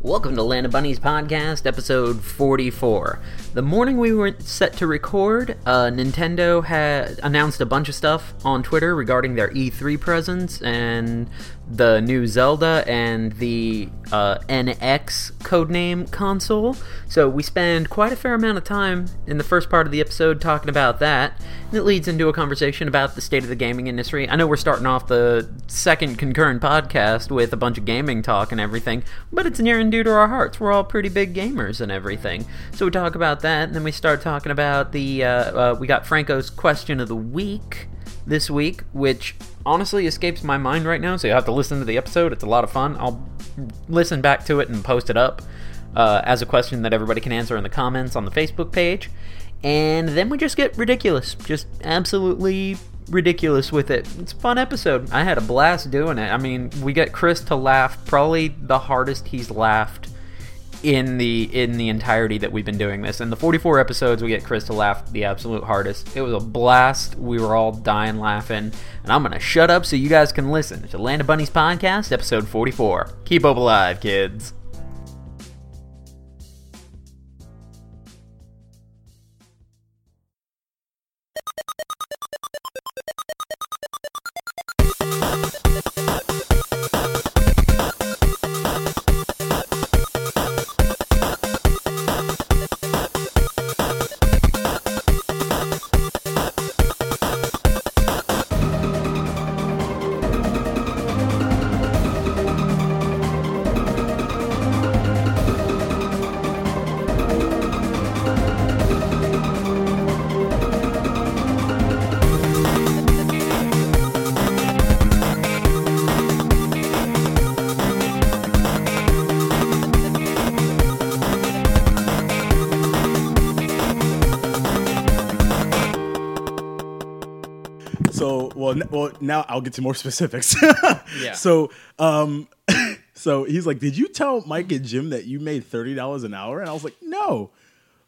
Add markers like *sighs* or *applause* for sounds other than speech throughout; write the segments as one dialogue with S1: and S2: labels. S1: Welcome to Land of Bunnies podcast, episode 44. The morning we were set to record, uh, Nintendo had announced a bunch of stuff on Twitter regarding their E3 presence and the new Zelda and the uh, NX codename console. So we spend quite a fair amount of time in the first part of the episode talking about that, and it leads into a conversation about the state of the gaming industry. I know we're starting off the second concurrent podcast with a bunch of gaming talk and everything, but it's near and dear to our hearts. We're all pretty big gamers and everything, so we talk about that, and then we start talking about the uh, uh, we got Franco's question of the week this week, which honestly escapes my mind right now. So you have to listen to the episode. It's a lot of fun. I'll listen back to it and post it up uh, as a question that everybody can answer in the comments on the Facebook page. And then we just get ridiculous, just absolutely ridiculous with it. It's a fun episode. I had a blast doing it. I mean, we get Chris to laugh probably the hardest he's laughed in the in the entirety that we've been doing this. In the 44 episodes, we get Chris to laugh the absolute hardest. It was a blast. We were all dying laughing, and I'm gonna shut up so you guys can listen to Land of Bunnies podcast, episode 44. Keep hope alive, kids.
S2: So well, n- well now I'll get to more *laughs* specifics.
S1: Yeah.
S2: So um, *coughs* so he's like, "Did you tell Mike and Jim that you made thirty dollars an hour?" And I was like, "No.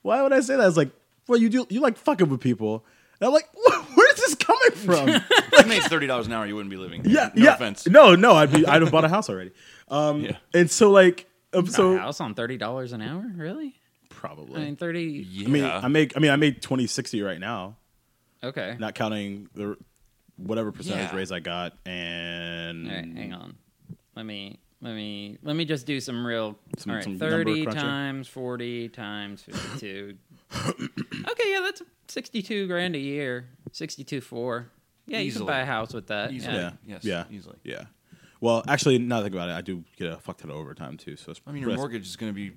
S2: Why would I say that?" I was like, "Well, you do. You like fucking with people." And I'm like, *laughs* "Where is this coming
S1: *laughs*
S2: from?"
S3: If you made thirty dollars an hour, you wouldn't be living. Here.
S2: yeah.
S3: no
S2: yeah.
S3: offense.
S2: No, no. I'd be. I'd have bought a house already. Um,
S3: Yeah.
S2: And so like, um, so
S1: house on thirty dollars an hour, really?
S2: probably.
S1: I mean, thirty.
S3: Yeah.
S2: I mean, I make. I mean, I made twenty sixty right now,
S1: Okay.
S2: not counting the whatever percentage
S3: Yeah.
S2: raise I got and
S1: All right, hang on. Let me let me let me just do some real.
S2: Some-
S1: all right,
S2: some number
S1: thirty
S2: crunching.
S1: times forty times fifty-two. *coughs* okay, yeah, that's sixty-two grand a year. Sixty-two four. Yeah, you
S3: Easily.
S1: can buy a house with that.
S3: Easily.
S1: Yeah.
S2: Yeah.
S3: Yes,
S2: Yeah.
S3: easily.
S2: Yeah. Well, actually, now that I think about it, I do get a fuck ton of overtime too. So it's
S3: I mean, your
S2: rest-
S3: mortgage is going to be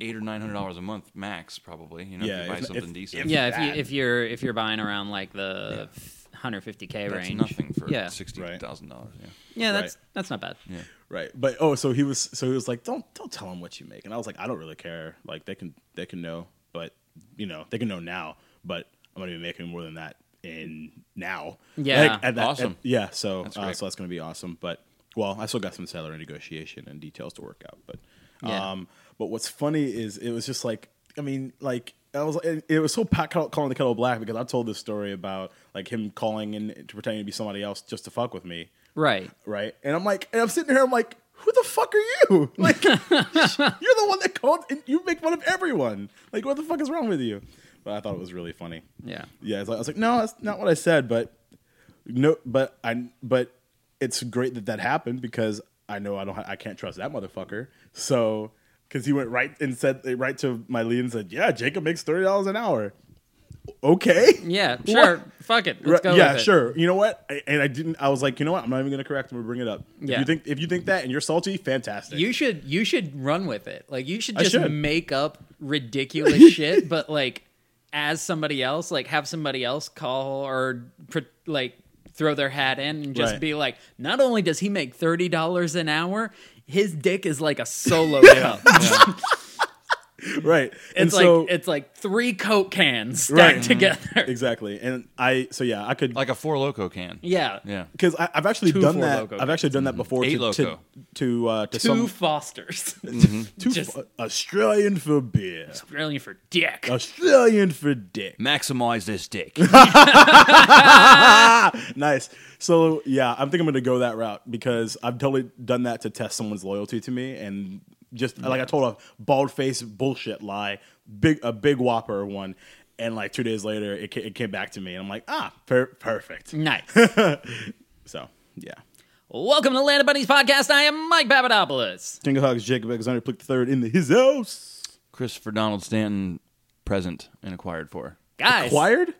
S3: eight or nine hundred dollars a month max, probably. You know,
S2: Yeah,
S3: if you buy
S2: if-
S3: something
S2: if-
S3: decent.
S2: if-
S1: Yeah, if
S2: That.
S1: you if you're if you're buying around like the hundred fifty k
S3: that's
S1: range,
S3: nothing for
S1: yeah,
S3: sixty thousand dollars. Yeah.
S1: yeah, that's
S2: Right.
S1: that's not bad.
S3: Yeah.
S2: Right. But oh, so he was so he was like, "Don't don't tell him what you make." And I was like, "I don't really care. Like they can they can know, but you know, they can know now, but I'm going to be making more than that in now."
S1: Yeah.
S2: Like, at that,
S3: Awesome.
S2: at- yeah, so
S3: That's
S2: uh,
S3: great.
S2: so that's going to be awesome, but well, I still got some salary negotiation and details to work out, but
S1: Yeah.
S2: um but what's funny is it was just like I mean, like I was it, it was so pat call- calling the kettle black because I told this story about like him calling in to pretending to be somebody else just to fuck with me
S1: Right.
S2: right? And I'm like, and I'm sitting here, I'm like, who the fuck are you? *laughs* Like, you're the one that called, and you make fun of everyone. Like, what the fuck is wrong with you? But I thought it was really funny.
S1: Yeah.
S2: Yeah, it's like- I was like, no, that's not what I said, but no, but I, but it's great that that happened because I know I don't, ha- I can't trust that motherfucker. So, because he went right and said right to my lead and said, yeah, Jacob makes thirty dollars an hour. Okay.
S1: Yeah. Sure. Fuck it. Let's go.
S2: Right, yeah,
S1: with it.
S2: sure. You know what? I, and I didn't. I was like, you know what? I'm not even gonna correct him or bring it up.
S1: Yeah.
S2: If you think if you think that and you're salty, fantastic.
S4: You should you should run with it. Like you should
S2: I
S4: just
S2: should.
S4: make up
S2: *laughs*
S4: ridiculous shit, but like as somebody else, like have somebody else call or pre- like throw their hat in and just
S2: Right.
S4: be like, not only does he make thirty dollars an hour, his dick is like a solo
S2: *laughs*
S4: cup. *laughs*
S2: right. and
S4: It's like
S2: so
S4: it's like three coke cans stacked
S2: Right. Mm-hmm.
S4: together.
S2: exactly. And I so yeah, I could
S3: Like a four loco can.
S4: *laughs* Yeah.
S3: Yeah.
S2: because I've actually
S4: Two
S2: done
S4: Four
S2: that.
S4: Loko
S2: I've actually done that before
S3: Eight
S2: to, to
S3: Loko.
S2: to uh, to
S4: Two
S2: some *laughs* Mm-hmm.
S4: Fosters.
S2: two
S4: just-
S2: f- Australian for beer,
S4: Really for dick.
S2: Australian for dick.
S3: Maximize
S2: *laughs*
S3: this dick.
S2: nice. So yeah, I'm thinking I'm gonna go that route because I've totally done that to test someone's loyalty to me, and just like I told a bald face bullshit lie, big a big whopper one, and like two days later it, ca- it came back to me, and I'm like, ah, per- perfect. *laughs*
S4: Nice.
S2: So yeah,
S4: Welcome to Land of Bunnies podcast. I am Mike Papadopoulos.
S2: Jingle Hogs, Jacob Alexander, Plick the third in the his house.
S3: Christopher Donald Stanton present and acquired for.
S4: Guys,
S2: Acquired?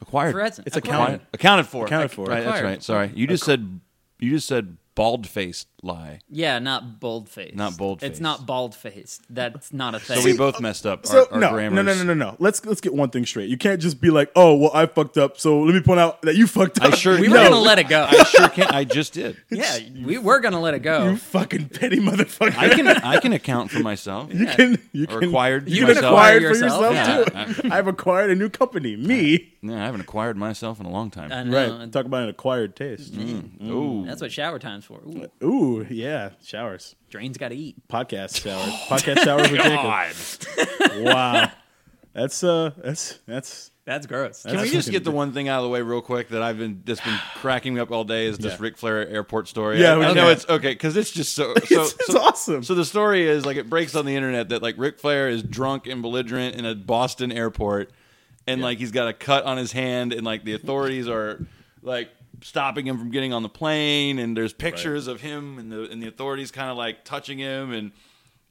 S3: Acquired.
S4: Present.
S2: It's a
S3: Acquired.
S2: count.
S3: Accounted for.
S2: Accounted for.
S3: Right, that's
S4: Acquired.
S3: right. Sorry. You just said you just said bald faced lie.
S4: Yeah, not bold faced.
S3: Not bold-faced.
S4: It's not bald faced. That's not a thing.
S3: So we both messed up
S2: So
S3: our, our
S2: no,
S3: grammars.
S2: no, no, no, no, no. Let's let's get one thing straight. You can't just be like, oh, well, I fucked up, so let me point out that you fucked
S3: I
S2: up.
S3: sure
S4: We were
S3: no.
S4: gonna let it go.
S3: I sure can't. I just did. *laughs*
S4: yeah, we were gonna let it
S2: *laughs* you
S4: go.
S2: fucking petty motherfucker.
S3: I can I can account for myself.
S2: you can you
S3: Or
S2: can
S3: acquired
S2: you can
S3: myself.
S2: acquire
S4: Acquire
S2: for yourself,
S4: yourself,
S2: too. *laughs* I've acquired a new company. Me,
S3: No, I haven't acquired myself in a long time.
S4: I know.
S2: right? Talk about an acquired taste.
S3: Mm. Ooh.
S4: That's what shower time's for. Ooh,
S2: Ooh, yeah, showers.
S4: drains gotta eat.
S3: *laughs*
S2: Podcast showers. Podcast showers with Jacob. Wow, that's uh, that's that's
S4: That's gross.
S3: Can we
S2: That's
S3: just
S2: fucking
S3: get the one thing out of the way real quick that I've been that's been cracking me up all day is this
S2: Yeah.
S3: Ric Flair airport story.
S2: Yeah,
S3: I,
S2: we
S3: I
S2: can.
S3: know it's okay because it's just so so,
S2: it's
S3: so
S2: awesome.
S3: So the story is like it breaks on the internet that like Ric Flair is drunk and belligerent in a Boston airport, and like he's got a cut on his hand, and like the authorities are like stopping him from getting on the plane, and there's pictures of him and the and the authorities kind of like touching him and.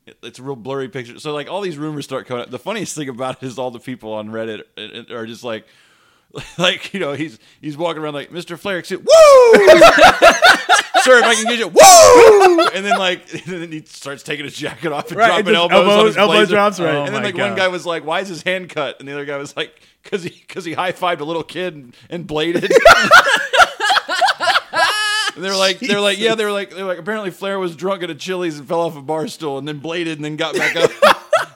S3: it- It's a real blurry picture. So like all these rumors start coming up. The funniest thing about it is all the people on Reddit uh, are- are just like, *laughs* like you know he's he's walking around like Mr. Flair, excuse- woo, *laughs* sir, if I can get you, woo, and then like *laughs* and then he starts taking his jacket off and
S2: Right,
S3: dropping
S2: and just
S3: elbows, on
S2: elbows-
S3: his
S2: elbow
S3: blazer.
S2: drops, right.
S3: And
S2: Oh
S3: then
S2: my
S3: like one
S2: God.
S3: guy was like, why is his hand cut? And the other guy was like, because he because he high fived a little kid and, and bladed. And they're like, they're like, yeah, they're like, they're like. Apparently, Flair was drunk at a Chili's and fell off a bar stool, and then bladed, and then got back up. *laughs*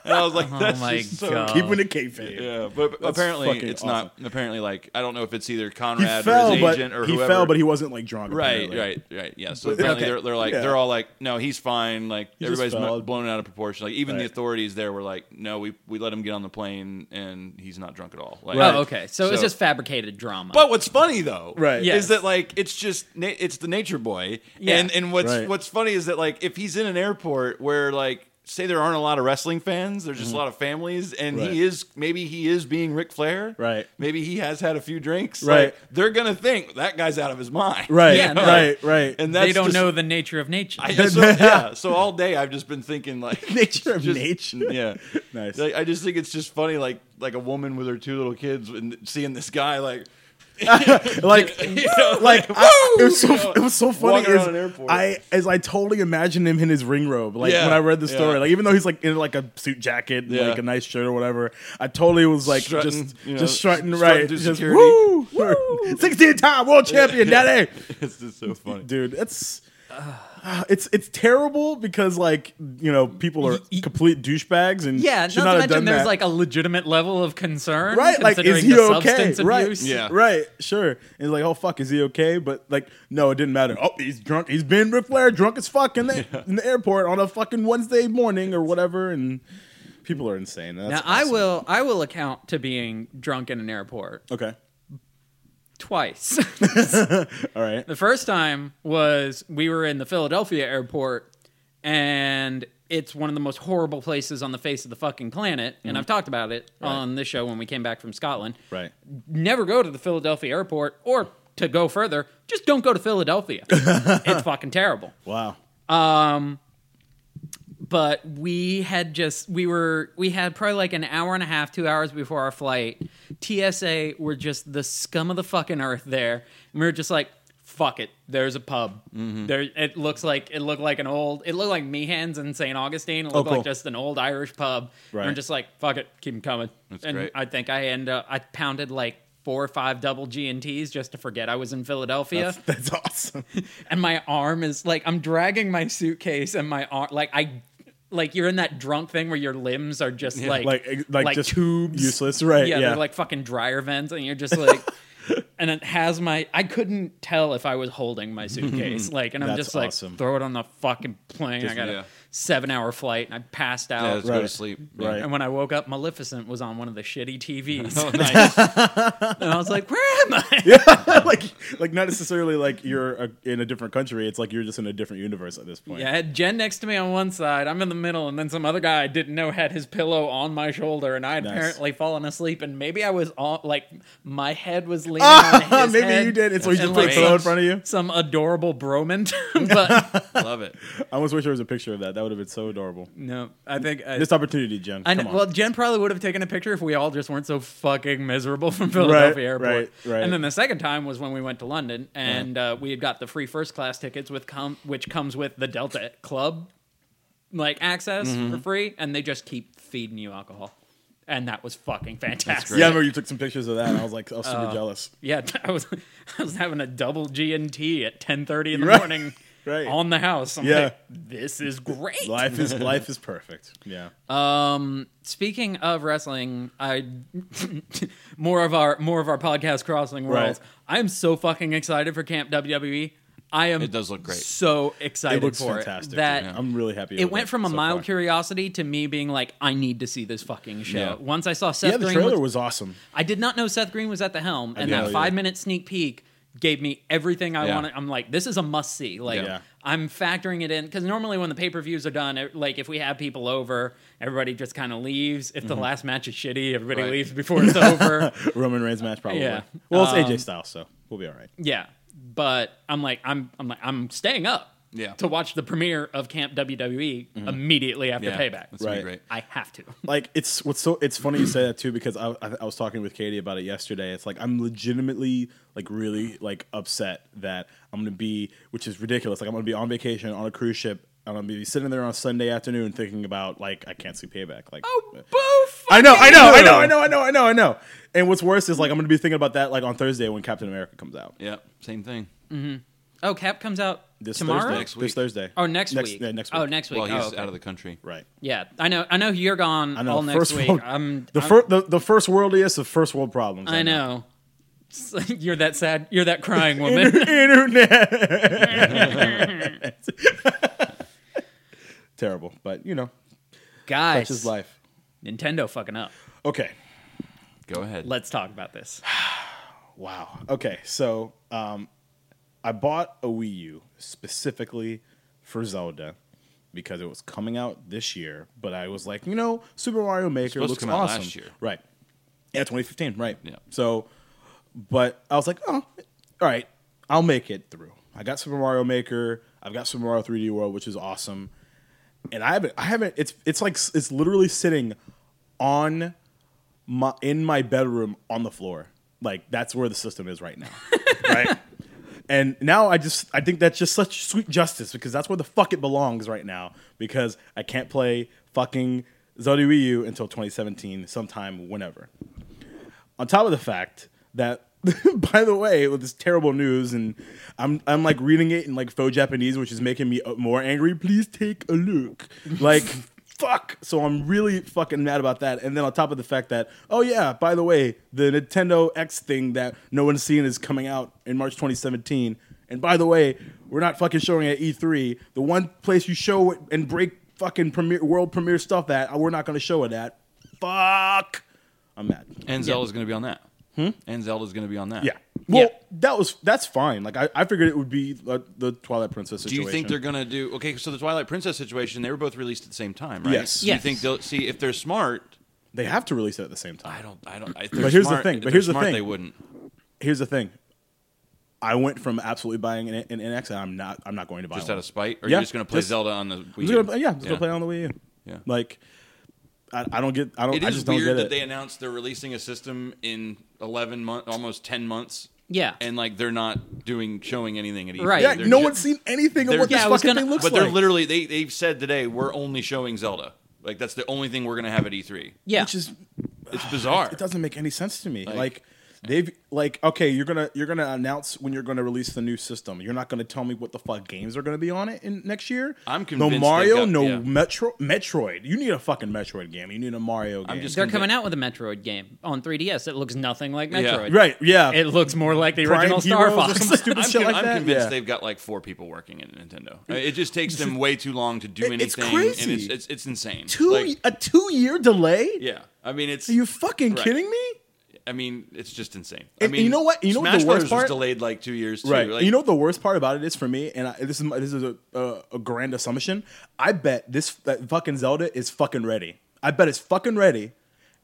S3: and I was
S2: Oh
S3: like, that's
S4: my
S3: just so
S4: God.
S2: keeping the kayfabe.
S3: uh, yeah, but apparently
S2: fucking
S3: it's not. Apparently, like I don't know if it's either
S2: He
S3: Conrad or
S2: fell,
S3: his
S2: but
S3: agent or
S2: he
S3: whoever.
S2: fell, but he wasn't like drunk.
S3: right,
S2: apparently.
S3: right, right. Yeah. So apparently
S2: okay.
S3: they're, they're like
S2: Yeah.
S3: they're all like, no, he's fine. Like
S2: just
S3: everybody's
S2: fell.
S3: mo- blown out of proportion. Like even the
S2: Right.
S3: authorities there were like, no, we we let him get on the plane and he's not drunk at all. Like,
S4: Oh, okay. So, it's just fabricated drama.
S3: But what's funny though,
S2: Right.
S4: Yes.
S3: is that like it's just na- it's the nature boy,
S4: Yeah.
S3: and and what's
S2: Right.
S3: what's funny is that like if he's in an airport where like say there aren't a lot of wrestling fans, there's just a lot of families, and
S2: Mm-hmm. Right.
S3: he is maybe he is being Ric Flair,
S2: Right.
S3: Maybe he has had a few drinks,
S2: Right.
S3: Like, they're gonna think that guy's out of his mind,
S2: right,
S4: Yeah, no.
S2: right, right.
S3: *laughs* And that's
S4: they don't
S3: just-
S4: know the nature of nature.
S2: *laughs*
S3: I, so, yeah, so all day I've just been thinking like
S2: nature of
S3: just-
S2: nature.
S3: yeah.
S2: *laughs* Nice.
S3: Like, I just think it's just funny, like like a woman with her two little kids and seeing this guy
S4: *laughs*
S3: like *laughs*
S2: Like
S3: you know,
S2: *laughs* like I, it was so it was so funny.
S3: Walking around
S2: Is
S3: an airport.
S2: I as I totally imagined him in his ring robe. Like
S3: Yeah,
S2: when I read the
S3: yeah.
S2: story, like even though he's like in like a suit jacket, and,
S3: Yeah.
S2: like a nice shirt or whatever, I totally was like
S3: Strutting,
S2: just
S3: you know,
S2: just strutting
S3: strutting
S2: right,
S3: through
S2: just
S3: security.
S2: woo, woo, *laughs* sixteen time world champion,
S3: *laughs*
S2: daddy.
S3: it's just so funny.
S2: Dude, that's. ah, *sighs* It's it's terrible because like you know people are complete douchebags and
S4: yeah,
S2: should not
S4: not, to
S2: have done
S4: mention there's
S2: that.
S4: like a legitimate level of concern,
S2: Right, like,
S4: Considering
S2: is he
S4: the
S2: okay?
S4: Substance
S2: Right.
S4: abuse.
S3: Yeah.
S2: Right, sure. And he's like, oh fuck, is he okay? But like, no, it didn't matter. Oh, he's drunk. He's been Ric Flair drunk as fuck in the, in the airport on a fucking Wednesday morning or whatever. And people are insane. That's
S4: Now I
S2: awesome.
S4: will I will account to being drunk in an airport
S2: Okay.
S4: twice. *laughs*
S2: All right.
S4: The first time was we were in the Philadelphia airport, and it's one of the most horrible places on the face of the fucking planet. And I've talked about it on this show when we came back from Scotland.
S2: Mm-hmm. Right.
S4: Never go to the Philadelphia airport, or to go further, just don't go
S2: *laughs*
S4: to Philadelphia. it's fucking terrible. *laughs*
S2: Wow.
S4: But we had just we were we had probably like an hour and a half, two hours before our flight. TSA were just the scum of the fucking earth there, and we were just like, "Fuck it." There's a pub.
S2: Mm-hmm.
S4: There, it looks like it looked like an old. It looked like Meehan's in St. Augustine. It looked
S2: Oh, cool.
S4: like just an old Irish pub. And
S2: Right.
S4: I'm just like, "Fuck it, keep 'em coming."
S3: That's
S4: and
S3: great.
S4: I think I end up I pounded like four or five double G and T's just to forget I was in Philadelphia
S2: That's, that's awesome.
S4: and my arm is like I'm dragging my suitcase and my arm like I like you're in that drunk thing where your limbs are just like
S2: Like ex- like, just
S4: tubes
S2: useless. Right. *laughs*
S4: yeah,
S2: Yeah.
S4: they're like fucking dryer vents and you're
S2: *laughs*
S4: just like and it has my I
S2: *laughs*
S4: couldn't tell if I was holding my suitcase like and I'm
S2: That's
S4: just like
S2: awesome.
S4: throw it on the fucking plane I gotta
S3: yeah.
S4: seven hour flight and I
S3: *laughs*
S4: passed
S3: Yeah,
S4: out.
S3: let's go to
S2: Right.
S3: sleep.
S2: Right.
S4: And when I woke up, Maleficent was on one of the shitty TVs. *laughs*
S3: Oh, nice.
S4: and I was like, where
S2: *laughs*
S4: am I?
S2: like like not necessarily like you're a, in a different country. It's like you're just in a different universe at this point.
S4: Yeah, I had Jen next to me on one side. I'm in the middle, and then some other guy I didn't know had his pillow on my shoulder, and I had
S2: Nice.
S4: apparently fallen asleep. And maybe I was on, like, my head was leaning on his
S2: Ah, *laughs* maybe
S4: head,
S2: you did. It's so you
S4: and,
S2: just put a
S4: like,
S2: pillow in
S4: some-
S2: front of you.
S4: Some
S2: *laughs*
S4: adorable bromant, *laughs* but
S3: Love it.
S2: I almost wish there was a picture of that. That would have been so adorable.
S4: no, I think uh, I,
S2: This opportunity, Jen.
S4: I
S2: come
S4: know,
S2: on.
S4: well, Jen probably would have taken a picture if we all just weren't so fucking miserable *laughs* from Philadelphia
S2: Right,
S4: Airport.
S2: right, right.
S4: And then the second time was when we went to London, and uh, we had got the free first class tickets with com- which comes with the Delta Club like access
S2: Mm-hmm.
S4: for free, and they just keep feeding you alcohol, and that was fucking fantastic.
S2: yeah, I remember you took some pictures of that, and I was like, I was super jealous.
S4: Yeah, *laughs* I was I was having a double G and T at ten thirty in the
S2: Right,
S4: morning
S2: *laughs* right.
S4: on the house. I'm
S2: Yeah.
S4: like, this is great.
S2: Life is life is perfect. Yeah,
S4: Um, speaking of wrestling, I *laughs* more of our more of our podcast crossing worlds.
S2: Right.
S4: I am so fucking excited for Camp WWE. I am.
S3: It does look great.
S4: So excited
S2: it looks
S4: for
S2: fantastic.
S4: it. That
S2: I'm really happy.
S4: it
S2: with
S4: went from a
S2: so
S4: mild
S2: far.
S4: curiosity to me being like, I need to see this fucking show.
S3: Yeah.
S4: Once I saw Seth
S2: Yeah, the
S4: Green,
S2: trailer
S4: was-
S2: was awesome.
S4: I did not know Seth Green was at the helm, and
S2: did know
S4: that
S2: that.
S4: five minute sneak peek gave me everything I
S3: Yeah.
S4: wanted. I'm like, this is a must see. Like,
S2: Yeah.
S4: I'm factoring it in because normally when the pay per views are done, it- like if we have people over, everybody just kind of leaves. If
S2: Mm-hmm.
S4: the last match is shitty, everybody
S3: Right.
S4: leaves before
S2: *laughs*
S4: it's over.
S2: Roman Reigns match, probably.
S4: Yeah. Um,
S2: Well, it's AJ Styles, so we'll be all right.
S4: Yeah, but I'm like, I'm, I'm like, I'm staying up.
S3: Yeah.
S4: to watch the premiere of Camp WWE immediately after
S3: Yeah,
S4: Payback.
S3: That's gonna be
S2: Mm-hmm. Right.
S3: great.
S4: I have to.
S2: like it's what's so it's funny you say that too because I, I I was talking with Katie about it yesterday. It's like I'm legitimately like really like upset that I'm gonna be, which is ridiculous. Like I'm gonna be on vacation on a cruise ship. I'm gonna be sitting there on Sunday afternoon thinking about like I can't see payback. Like uh,
S4: Oh, boo!
S2: I know, I know, I know, I know, I know, I know, I know. And what's worse is like I'm gonna be thinking about that like on Thursday when Captain America comes out.
S3: Yeah, same thing.
S4: Oh, Cap comes out
S2: This
S4: tomorrow.
S2: Thursday.
S3: Next
S2: This
S3: week.
S2: Thursday.
S4: Oh, next,
S2: next
S4: week.
S2: Yeah, next week.
S4: Oh, next week.
S3: Well, he's
S4: oh, okay.
S3: out of the country.
S2: Right.
S4: Yeah, I know. I know you're gone
S2: I know.
S4: all next
S2: first
S4: week.
S2: world,
S4: I'm
S2: the,
S4: I'm-
S2: fir- the the first worldiest of first world problems.
S4: I know. you're that sad. You're
S2: *laughs*
S4: that crying woman.
S2: internet. *laughs* Terrible, but you know,
S4: Guys,
S2: that's his life.
S4: Nintendo fucking up.
S2: Okay.
S3: Go ahead.
S4: Let's talk about this.
S2: *sighs* Wow. Okay. So, um, I bought a Wii U specifically for Zelda because it was coming out this year. But I was like, you know, Super Mario Maker
S3: supposed to
S2: looks
S3: come out
S2: awesome.
S3: last year.
S2: Right. Yeah, 2015. Right.
S3: Yeah.
S2: So, but I was like, oh, all right, I'll make it through. I got Super Mario Maker. I've got Super Mario 3D World, which is awesome. And I haven't, I haven't. It's it's like s- it's literally sitting on my in my bedroom on the floor. Like that's where the system is right now. right. And now I just I think that's just such sweet justice because that's where the fuck it belongs right now because I can't play fucking Zelda Wii U until 2017 sometime whenever. On top of the fact that *laughs* by the way with this terrible news and I'm I'm like reading it in like faux Japanese which is making me uh, more angry. Please take a look. Like fuck. So I'm really fucking mad about that. And then on top of the fact that oh yeah, by the way, the Nintendo X thing that no one's seen is coming out in March 2017. And by the way, we're not fucking showing at E3. The one place you show it and break fucking premiere world premiere stuff at, we're not going to show it at. Fuck. I'm mad.
S3: And Zelda's going to be on that. Hmm? And Zelda's going to be on that.
S2: Yeah. Well,
S4: Yeah.
S2: that was that's fine. Like I, I figured it would be uh, the Twilight Princess
S3: Do
S2: situation.
S3: you think they're going to do okay? So the Twilight Princess situation, they were both released at the same time, right?
S2: Yes.
S3: Do you
S4: Yes.
S3: think they'll see if they're smart?
S2: they have to release it at the same time?
S3: I don't. I don't. If
S2: But here's the thing, but here's the
S3: smart,
S2: thing.
S3: They wouldn't.
S2: Here's the thing. I went from absolutely buying an, an NX, and I'm not. I'm not going to buy
S3: Just
S2: one.
S3: out of spite, or
S2: Yeah,
S3: you're just going to play
S2: just-
S3: Zelda on the Wii
S2: I'm just
S3: U?
S2: gonna, yeah, I'm just gonna play it on the Wii U.
S3: Yeah.
S2: Like, I, I don't get. I don't.
S3: It
S2: Oh, I
S3: is
S2: just don't
S3: weird
S2: get
S3: that
S2: it.
S3: they announced they're releasing a system in eleven months, almost ten months.
S4: Yeah.
S3: and like they're not doing showing anything at E3.
S4: Right.
S2: yeah,
S3: They're
S2: no
S3: ju-
S2: one's seen anything of
S3: they're-
S2: what this
S4: Yeah, I was
S2: fucking
S4: gonna-
S2: thing looks
S3: But
S2: like.
S3: they're literally they they've said today we're only showing Zelda. Like that's the only thing we're going to have at E3.
S4: Yeah.
S2: which is
S3: E It's bizarre.
S2: it doesn't make any sense to me. Like, They've like okay, you're gonna you're gonna announce when you're gonna release the new system. You're not gonna tell me what the fuck games are gonna be on it in next year.
S3: I'm
S2: no
S3: convinced
S2: Mario,
S3: they got-
S2: no
S3: yeah.
S2: Metro, Metroid. You need a fucking Metroid game. You need a Mario game.
S3: just-
S4: They're coming out with a Metroid game on 3DS. It looks nothing like Metroid.
S2: right, yeah.
S4: It looks more like the
S2: Prime
S4: original Star
S2: Heroes or
S4: Fox.
S2: some stupid
S3: I'm,
S2: shit
S3: con-
S2: like
S3: I'm
S2: that.
S3: convinced
S2: yeah.
S3: they've got like four people working at Nintendo. Uh, It just takes
S2: *laughs*
S3: them way too long to do
S2: It- it's
S3: anything,
S2: crazy.
S3: and it's it's, it's insane.
S2: two
S3: Like,
S2: a two year delay.
S3: yeah, I mean it's
S2: Are you fucking
S3: Right.
S2: kidding me?
S3: I mean, it's just insane. I
S2: And- and
S3: mean,
S2: you know what- you know what
S3: Smash
S2: the worst
S3: Brothers
S2: part-
S3: was delayed like two years, too.
S2: Right.
S3: Like,
S2: And you know what the worst part about it is for me, and I, this is my, this is a, a, a grand assumption. I bet this that fucking Zelda is fucking ready. I bet it's fucking ready,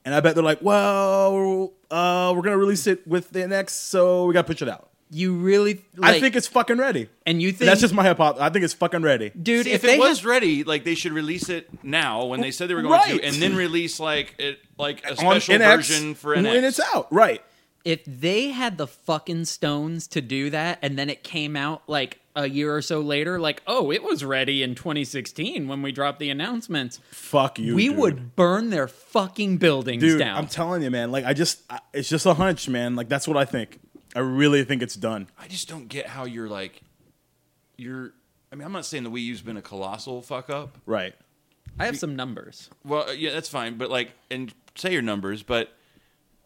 S2: and I bet they're like, well, uh, we're gonna release it with the next, so we gotta push it out.
S4: *laughs* You really? Like,
S2: I think it's fucking ready.
S4: And you think
S2: that's just my hypothesis. I think it's fucking ready.
S4: dude?
S3: if,
S4: If,
S3: it
S4: they
S3: was
S4: had-
S3: ready, like they should release it now when they said they were going
S2: Right.
S3: to, and then release like it like a
S2: On
S3: special
S2: NX,
S3: version for
S2: when
S3: NX.
S2: it's out, right?
S4: if they had the fucking stones to do that, and then it came out like a year or so later, like oh, it was ready in 2016 when we dropped the announcements.
S2: Fuck you.
S4: we
S2: dude.
S4: would burn their fucking buildings
S2: dude.
S4: down.
S2: I'm telling you, man. Like I just, I, it's just a hunch, man. Like that's what I think. I really think it's done.
S3: I just don't get how you're like, you're. I mean, I'm not saying the Wii U's been a colossal fuck up.
S2: Right.
S4: I have some numbers.
S3: Well, uh, yeah, that's fine, but like, and say your numbers, but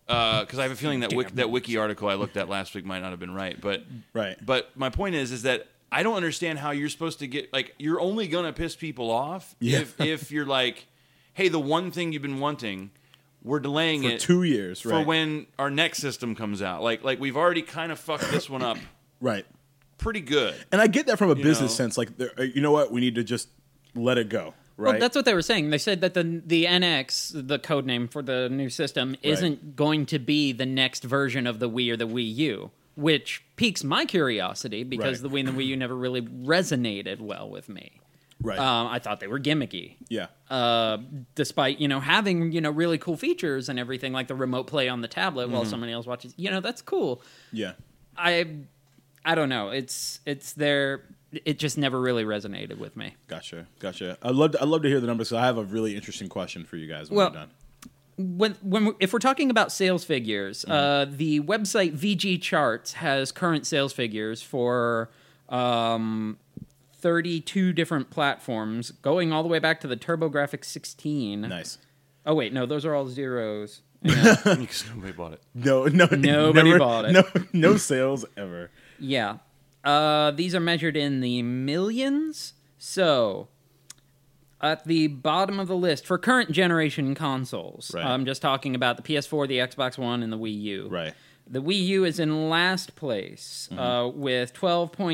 S3: because I have a feeling that wik- that wiki article I looked at last week might not have been right, but
S2: *laughs* Right.
S3: But my point is, is that I don't understand how you're supposed to get like you're only gonna piss people off
S2: *laughs* Yeah.
S3: if if you're like, hey, the one thing you've been wanting, we're delaying
S2: For
S3: it
S2: two years.
S3: for
S2: right.
S3: when our next system comes out. Like like we've already kind of fucked this one
S2: *laughs*
S3: up
S2: Right.
S3: pretty good.
S2: *laughs* And I get that from a business
S3: know.
S2: sense. Like, there- uh, you know what? We need to just let it go. Right.
S4: Well, that's what they were saying. They said that the the NX, the code name for the new system, isn't going to be the next version of the Wii or the Wii U, which piques my curiosity because
S2: Right.
S4: the Wii and the Wii U never really resonated well with me.
S2: right.
S4: Um, I thought they were gimmicky,
S2: yeah.
S4: uh, despite you know having you know really cool features and everything like the remote play on the tablet
S2: Mm-hmm.
S4: while somebody else watches. You know that's cool.
S2: yeah.
S4: I I don't know. It's it's their it just never really resonated with me.
S2: Gotcha. Gotcha. I love. To, I love to hear the numbers. 'cause I have a really interesting question for you guys when
S4: Well-
S2: we're done.
S4: when when we- if we're talking about sales figures, uh, the website VG Charts has current sales figures for um, 32 different platforms, going all the way back to the TurboGrafx 16.
S2: Nice.
S4: Oh wait, no, those are all zeros.
S3: Because Nobody bought it.
S2: No. *laughs* No.
S4: Nobody
S2: never-
S4: bought it.
S2: *laughs* No. No sales ever.
S4: Yeah, uh, these are measured in the millions. So. At the bottom of the list for current generation consoles,
S2: Right.
S4: I'm just talking about the PS4, the Xbox One, and the Wii U.
S2: Right. Mm-hmm.
S4: The Wii U is in last place uh, with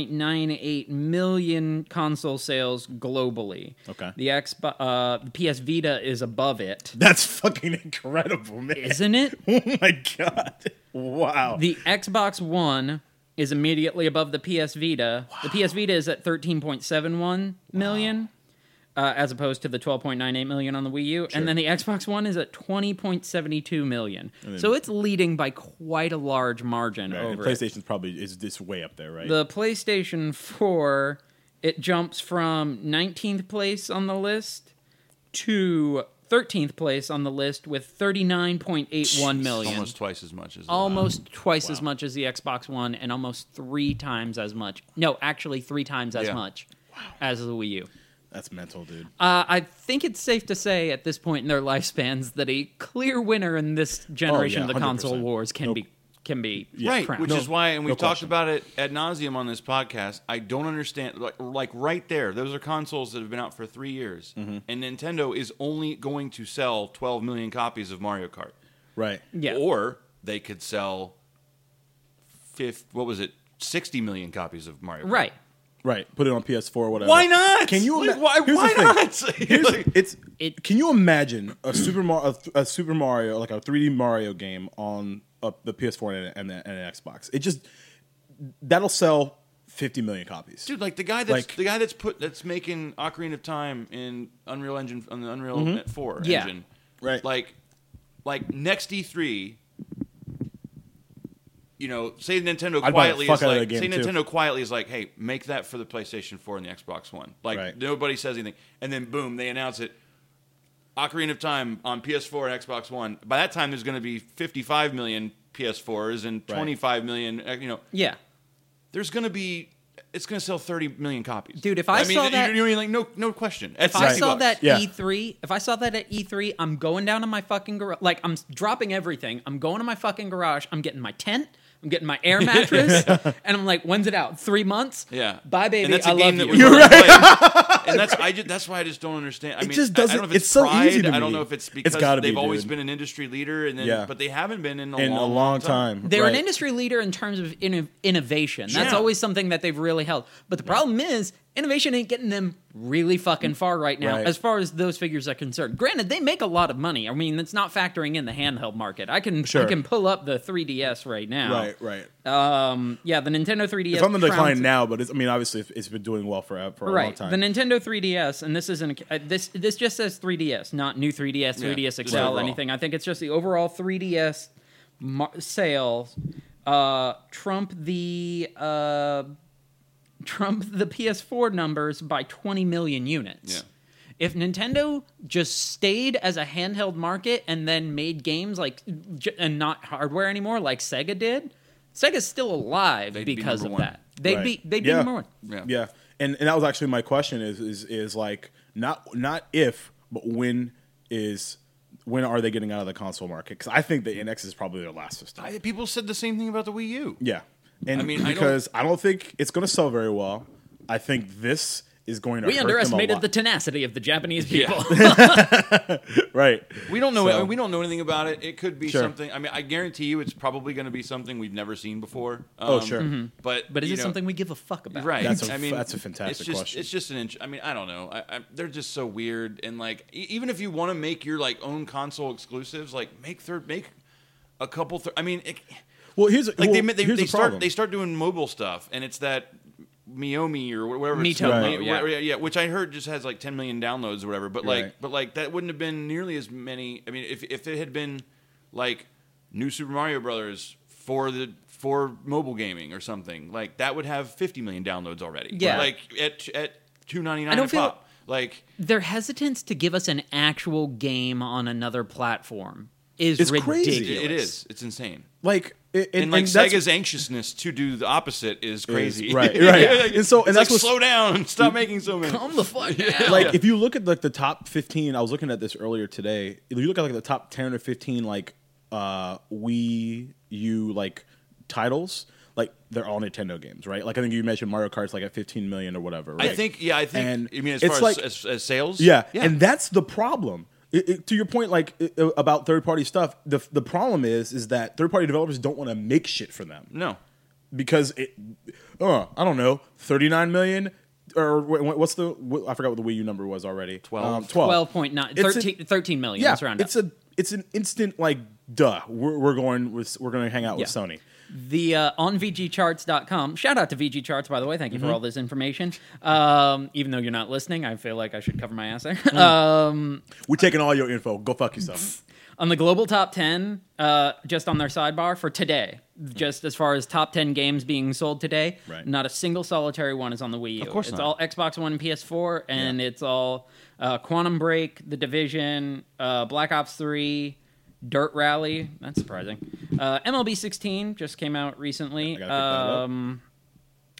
S4: 12.98 million console sales globally.
S2: Okay.
S4: The Xbox, uh, the PS Vita is above it,
S2: That's fucking incredible, man.
S4: isn't it?
S2: *laughs* Oh my god! Wow.
S4: The Xbox One is immediately above the PS Vita. The PS Vita is at 13.71 million. Uh, as opposed to the 12.98 million on the Wii U, and then the Xbox One is at 20.72 million. so it's leading by quite a large margin
S2: Right, and
S4: over it.
S2: PlayStation's probably is this way up there, right?
S4: The PlayStation 4, it jumps from 19th place on the list to 13th place on the list with 39.81 million.
S3: Almost twice as much as the-
S4: Almost twice as much as the Xbox One and almost three times as much. No, actually, three times as
S3: Yeah.
S4: much as the Wii U.
S2: That's mental, dude.
S4: Uh, I think it's safe to say at this point in their lifespans that a clear winner in this generation of the console
S2: 100%.
S4: wars can be can be
S3: right
S4: crowned.
S3: which is why and we've talked
S2: question.
S3: about it ad nauseum on this podcast i don't understand like, like right there those are consoles that have been out for three years
S2: Mm-hmm.
S3: and nintendo is only going to sell 12 million copies of mario kart
S2: Right.
S4: Yeah.
S3: or they could sell fifth what was it 60 million copies of mario kart.
S4: right.
S2: Right. Put it on PS4 or whatever.
S3: why not
S2: Can you?
S3: Like,
S2: ima-
S3: why,
S2: Here's the
S3: why
S2: thing.
S3: not *laughs*
S2: Here's-
S3: Like,
S2: it's
S4: It-
S2: can you imagine a Super Mario, a, a Super Mario, like a 3D Mario game on a, the PS4 and, and, and an Xbox? It just that'll sell 50 million copies.
S3: Dude, like the guy that's
S2: Like-
S3: the guy that's put that's making Ocarina of Time in Unreal Engine on the Unreal Four
S4: Mm-hmm. Yeah.
S3: engine,
S2: Right.
S3: Like, like next E three, you know, say
S2: I'd
S3: Nintendo
S2: buy the
S3: quietly
S2: fuck
S3: is
S2: out of that
S3: like,
S2: game,
S3: say
S2: too.
S3: Nintendo quietly is like, hey, make that for the PlayStation Four and the Xbox One. Like
S2: Right.
S3: nobody says anything, and then boom, they announce it. Ocarina of Time on PS4 and Xbox One. By that time, there's going to be 55 million PS4s and
S2: Right.
S3: 25 million. uh, You know,
S4: Yeah.
S3: there's going to be it's going to sell 30 million copies,
S4: Dude, if I
S3: mean,
S4: saw
S3: you-
S4: that-
S3: you know what I mean? Like, no, no question. At
S4: If I
S3: 60
S4: saw
S3: bucks.
S4: that
S2: Yeah.
S4: E3, if I saw that at E3, I'm going down to my fucking garage. Like I'm s- dropping everything. I'm going to my fucking garage. I'm getting my tent. I'm getting my *laughs*
S3: *laughs*
S4: air mattress, and I'm like, when's it out? Three months.
S3: Yeah.
S4: Bye, baby.
S3: And that's a
S4: I
S3: game
S4: love
S3: that we
S4: you.
S3: already played.
S2: *laughs*
S3: And that's I ju- that's why I just don't understand. I
S2: It
S3: mean,
S2: just
S3: I- I
S2: doesn't-
S3: don't know if it's,
S2: it's so
S3: pride.
S2: easy to
S3: I don't
S2: me.
S3: know if it's
S2: It's
S3: because
S2: gotta be,
S3: they've always
S2: dude.
S3: been an industry leader, and then
S2: Yeah.
S3: but they haven't been in a
S2: in
S3: long,
S2: a long time.
S4: They're an
S2: Right.
S4: industry leader in terms of inno- innovation. That's
S3: Sure.
S4: always something that they've really held. But the problem is, innovation ain't getting them really fucking far right now,
S2: Mm. Right.
S4: as far as those figures are concerned. Granted, they make a lot of money. I mean, that's not factoring in the handheld market. I can
S2: Sure.
S4: I can pull up the 3DS right now.
S2: Right, right.
S4: Um, yeah, the Nintendo 3DS.
S2: It's on the
S4: crowns-
S2: decline now, but it's, I mean, obviously, it's- it's been doing well for, uh, for a long
S4: Right,
S2: time.
S4: the Nintendo 3DS, and this isn't a- uh, this. This just says 3DS, not new 3DS,
S3: Yeah,
S4: 3DS
S3: just
S4: XL,
S3: overall.
S4: anything. I think it's just the overall 3DS mar- sales uh, trump the uh, trump the PS4 numbers by 20 million units.
S3: Yeah.
S4: If Nintendo just stayed as a handheld market and then made games like j- and not hardware anymore, like Sega did, Sega's still alive
S3: be
S4: because
S3: number
S4: of
S3: one.
S4: that. They'd
S2: Right.
S4: be they'd be
S2: Yeah.
S4: number one.
S3: Yeah.
S2: yeah. And and that was actually my question is is is like not not if but when is when are they getting out of the console market? Because I think the NX is probably their last system.
S3: I, people said the same thing about the Wii U.
S2: yeah, and
S3: I mean, I don't-
S2: because I don't, think it's going to sell very well. I think this is going to
S4: We
S2: hurt
S4: underestimated the
S2: them
S4: tenacity of the Japanese
S3: Yeah.
S4: people.
S2: a lot. right.
S3: We don't know.
S2: So-
S3: we don't know anything about it. It could be
S2: Sure.
S3: something. I mean, I guarantee you, it's probably going to be something we've never seen before.
S2: Oh,
S3: Um,
S2: sure. Mhm.
S3: But
S4: but is
S3: you
S4: it
S3: know,
S4: something we give a fuck about?
S3: Right.
S2: That's a-
S3: I mean,
S2: that's a fantastic
S3: it's just,
S2: question.
S3: It's just an inch. I mean, I don't know. I, I, they're just so weird. And like, e- even if you want to make your like own console exclusives, like make third, make a couple. Th- I mean, it,
S2: Well, here's
S3: like
S2: well,
S3: they they,
S2: here's
S3: they
S2: the
S3: start
S2: problem.
S3: they start doing mobile stuff, and it's that Miomi or wh- whatever. it's-
S4: Mitomo,
S3: Right.
S4: yeah.
S3: yeah, yeah, which I heard just has like 10 million downloads or whatever. But like,
S2: Right.
S3: but like that wouldn't have been nearly as many. I mean, if if it had been like New Super Mario Brothers for the for mobile gaming or something, like that would have 50 million downloads already.
S4: Yeah.
S3: like at at 2.99
S4: I don't
S3: a
S4: feel-
S3: pop. Like
S4: Their hesitance to give us an actual game on another platform is
S2: It's
S4: ridiculous.
S2: crazy.
S3: it,
S4: *laughs*
S3: it is. It's insane.
S2: like it,
S3: And, like
S2: that's-
S3: Sega's anxiousness to do the opposite is crazy,
S2: right,
S3: *laughs*
S2: right. And so- and that's
S3: It's like
S2: what's-
S3: slow down, *laughs* stop making so many.
S4: Come the fuck
S2: *laughs*
S4: down.
S2: like
S3: Yeah.
S2: if you look at like the top 15 i was looking at this earlier today if you look at like the top 10 or 15 like uh wii u like titles like they're all nintendo games right like i think you mentioned mario kart's like at 15 million or whatever right?
S3: I think, yeah, I think.
S2: And
S3: I mean, as
S2: it's
S3: far
S2: like-
S3: as, as, as sales,
S2: yeah, and that's the problem. It- it- to your point, like i- i- about third party stuff, the the problem is is that third party developers don't want to make shit for them
S3: no,
S2: because it, uh, I don't know, thirty nine million or wh- wh- what's the wh- I forgot what the Wii U number was already Um,
S3: Twelve.
S2: twelve.
S4: 12.9
S2: It's a-
S4: 13, 13 million.
S2: yeah,
S4: let's round
S2: it's
S4: up.
S2: a it's an instant like duh. We're, we're going with we're going to hang out with
S4: Yeah.
S2: Sony.
S4: the uh, on vgcharts.com. Shout out to VG Charts, by the way. Thank you for all this information. Um, even though you're not listening, I feel like I should cover my ass there.
S2: We're taking all your info. Go fuck
S4: *laughs*
S2: yourself.
S4: on the global top 10 uh, just on their sidebar for today just as far as top 10 games being sold today
S2: Hmm. Right.
S4: not a single solitary one is on the wii u of
S3: course
S4: it's
S3: not.
S4: all xbox one and ps4 and it's all uh, quantum break the division uh, black ops 3 dirt rally that's surprising uh, mlb 16 just came out recently
S2: I gotta pick that up.
S4: um,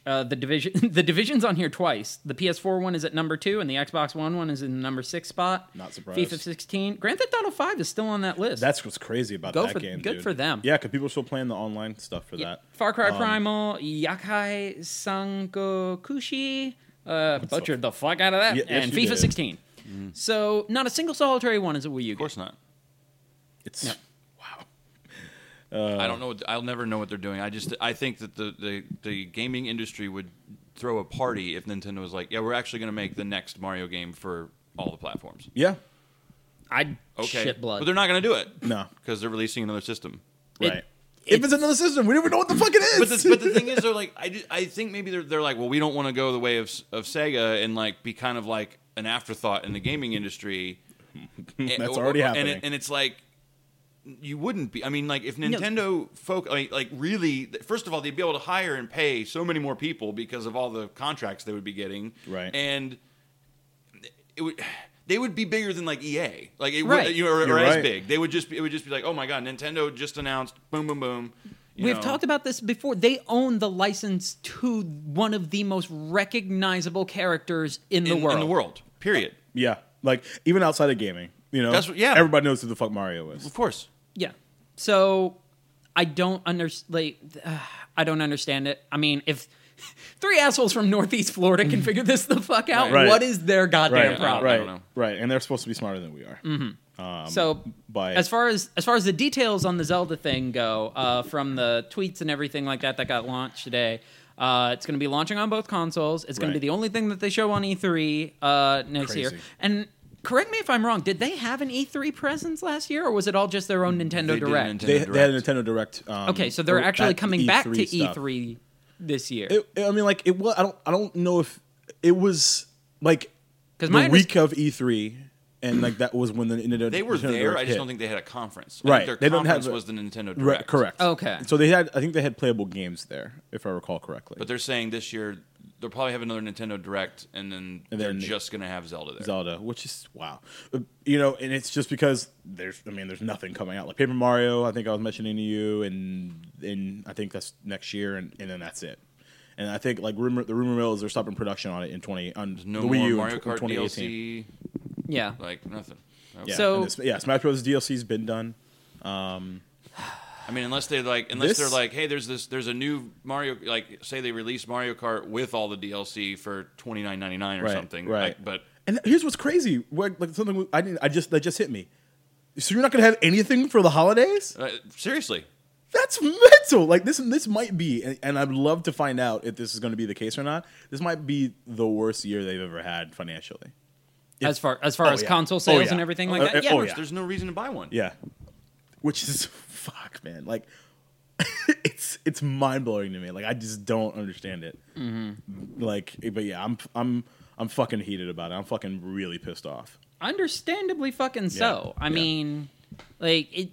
S4: uh, the division *laughs* the division's on here twice the ps4 one is at number two and the xbox one one is in the number six spot
S2: Not surprised.
S4: fifa 16 grand theft auto 5 is still on that list
S2: That's what's crazy about
S4: Go
S2: that
S4: for-
S2: game.
S4: good
S2: dude.
S4: for them.
S2: Yeah, because people are still playing the online stuff for
S4: Yeah.
S2: that.
S4: Far Cry Primal, Yakai Sangokushi, uh, butchered the fuck out of that,
S2: Ye- yes,
S4: and
S2: you
S4: FIFA
S2: did.
S4: 16. So not a single solitary one is a Wii U
S3: of
S4: game.
S3: course not.
S2: It's wow.
S3: I don't know. What, I'll never know what they're doing. I just, I think that the the, the gaming industry would throw a party if Nintendo was like, yeah, we're actually going to make the next Mario game for all the platforms.
S2: Yeah.
S4: I'd
S3: Okay,
S4: shit blood.
S3: but they're not going to do it.
S2: No.
S3: because they're releasing another system.
S4: It-
S2: Right. if
S4: it's-
S2: it's another system, we don't even know what the fuck it is.
S3: But the,
S2: *laughs*
S3: but the thing is, they're like, I, ju- I think maybe they're they're like, well, we don't want to go the way of of Sega and like be kind of like an afterthought in the gaming industry. And-
S2: *laughs* That's already
S3: and it-
S2: happening.
S3: and it's like you wouldn't be. I mean, like if
S4: No.
S3: Nintendo folk, I mean, like really, th- first of all, they'd be able to hire and pay so many more people because of all the contracts they would be getting,
S2: Right.
S3: And it would. they would be bigger than like EA, like it
S4: Right.
S3: would, you know, or, or
S2: You're
S3: as
S2: right.
S3: big. They would just be, it would just be like, oh my god, Nintendo just announced, boom, boom, boom. you
S4: We've
S3: know.
S4: talked about this before. They own the license to one of the most recognizable characters in, the
S3: in,
S4: world.
S3: in the world. Period.
S2: Yeah, like even outside of gaming, you know,
S3: That's what- yeah.
S2: Everybody knows who the fuck Mario is.
S3: Of course.
S4: Yeah. So I don't understand. Like, *sighs* uh, I don't understand it. I mean, if *laughs* three assholes from Northeast Florida can figure this the fuck out,
S2: Right.
S4: what is their goddamn
S2: Right,
S4: problem?
S3: I
S2: right,
S3: don't know.
S2: right, and they're supposed to be smarter than we are.
S4: so
S2: by-
S4: as far as as far as the details on the Zelda thing go, uh, from the tweets and everything like that that got launched today, uh, it's going to be launching on both consoles. It's going
S2: Right.
S4: to be the only thing that they show on E3 uh, next
S2: Crazy.
S4: year. And correct me if I'm wrong. Did they have an E3 presence last year, or was it all just their own Nintendo
S3: They did
S4: Direct?
S3: Nintendo
S2: They,
S3: Direct.
S2: they had a Nintendo Direct. Um,
S4: Okay, so they're
S2: or
S4: actually
S2: at E
S4: coming back to E
S2: stuff.
S4: E3 this year.
S2: It, I mean, like it was. I don't. I don't know if it was like
S4: 'Cause
S2: the
S4: my
S2: week of E3 and like that was when the Nintendo.
S3: They were
S2: Nintendo
S3: there.
S2: Direct
S3: I just
S2: hit.
S3: don't think they had a conference. I
S2: Right.
S3: think
S2: They
S3: their
S2: don't
S3: conference
S2: have a-
S3: was the Nintendo Direct.
S2: Right, correct.
S4: Okay.
S2: So they had. I think they had playable games there, if I recall correctly.
S3: But they're saying this year they'll probably have another Nintendo Direct, and then
S2: And
S3: they're
S2: then-
S3: just going to have Zelda there.
S2: Zelda, which is wow, Uh, you know, and it's just because there's, I mean, there's nothing coming out like Paper Mario. I think I was mentioning to you, and and I think that's next year, and, and then that's it. And I think like rumor, the rumor mill is they're stopping production on it in twenty on
S3: No
S2: the
S3: more
S2: Wii U
S3: Mario
S2: in tw- in
S3: Kart
S2: 2018.
S3: DLC.
S4: yeah.
S3: Like nothing.
S2: Yeah,
S4: So-
S2: and this- yeah, Smash Bros. DLC's been done.
S3: I mean, unless they like, unless
S2: This-
S3: they're like, hey, there's this, there's a new Mario, like, say they release Mario Kart with all the DLC for twenty nine ninety nine or
S2: Right,
S3: something,
S2: right.
S3: Like, but
S2: And here's what's crazy, what, like something I didn't, I just that just hit me. So you're not gonna have anything for the holidays?
S3: uh, seriously,
S2: That's mental. Like this, this might be, and, and I'd love to find out if this is going to be the case or not. This might be the worst year they've ever had financially.
S4: As far as far
S2: Oh,
S4: as
S2: yeah.
S4: console
S2: Oh,
S4: sales
S2: yeah.
S4: and everything like
S2: Uh,
S4: that.
S2: uh,
S4: Yeah.
S2: oh, yeah.
S3: there's no reason to buy one.
S2: Yeah, which is *laughs* fuck, man. Like *laughs* it's it's mind blowing to me. Like I just don't understand it.
S3: Mm-hmm.
S2: Like, but yeah, I'm I'm I'm fucking heated about it. I'm fucking really pissed off.
S4: Understandably fucking so. I
S2: yeah.
S4: mean, like it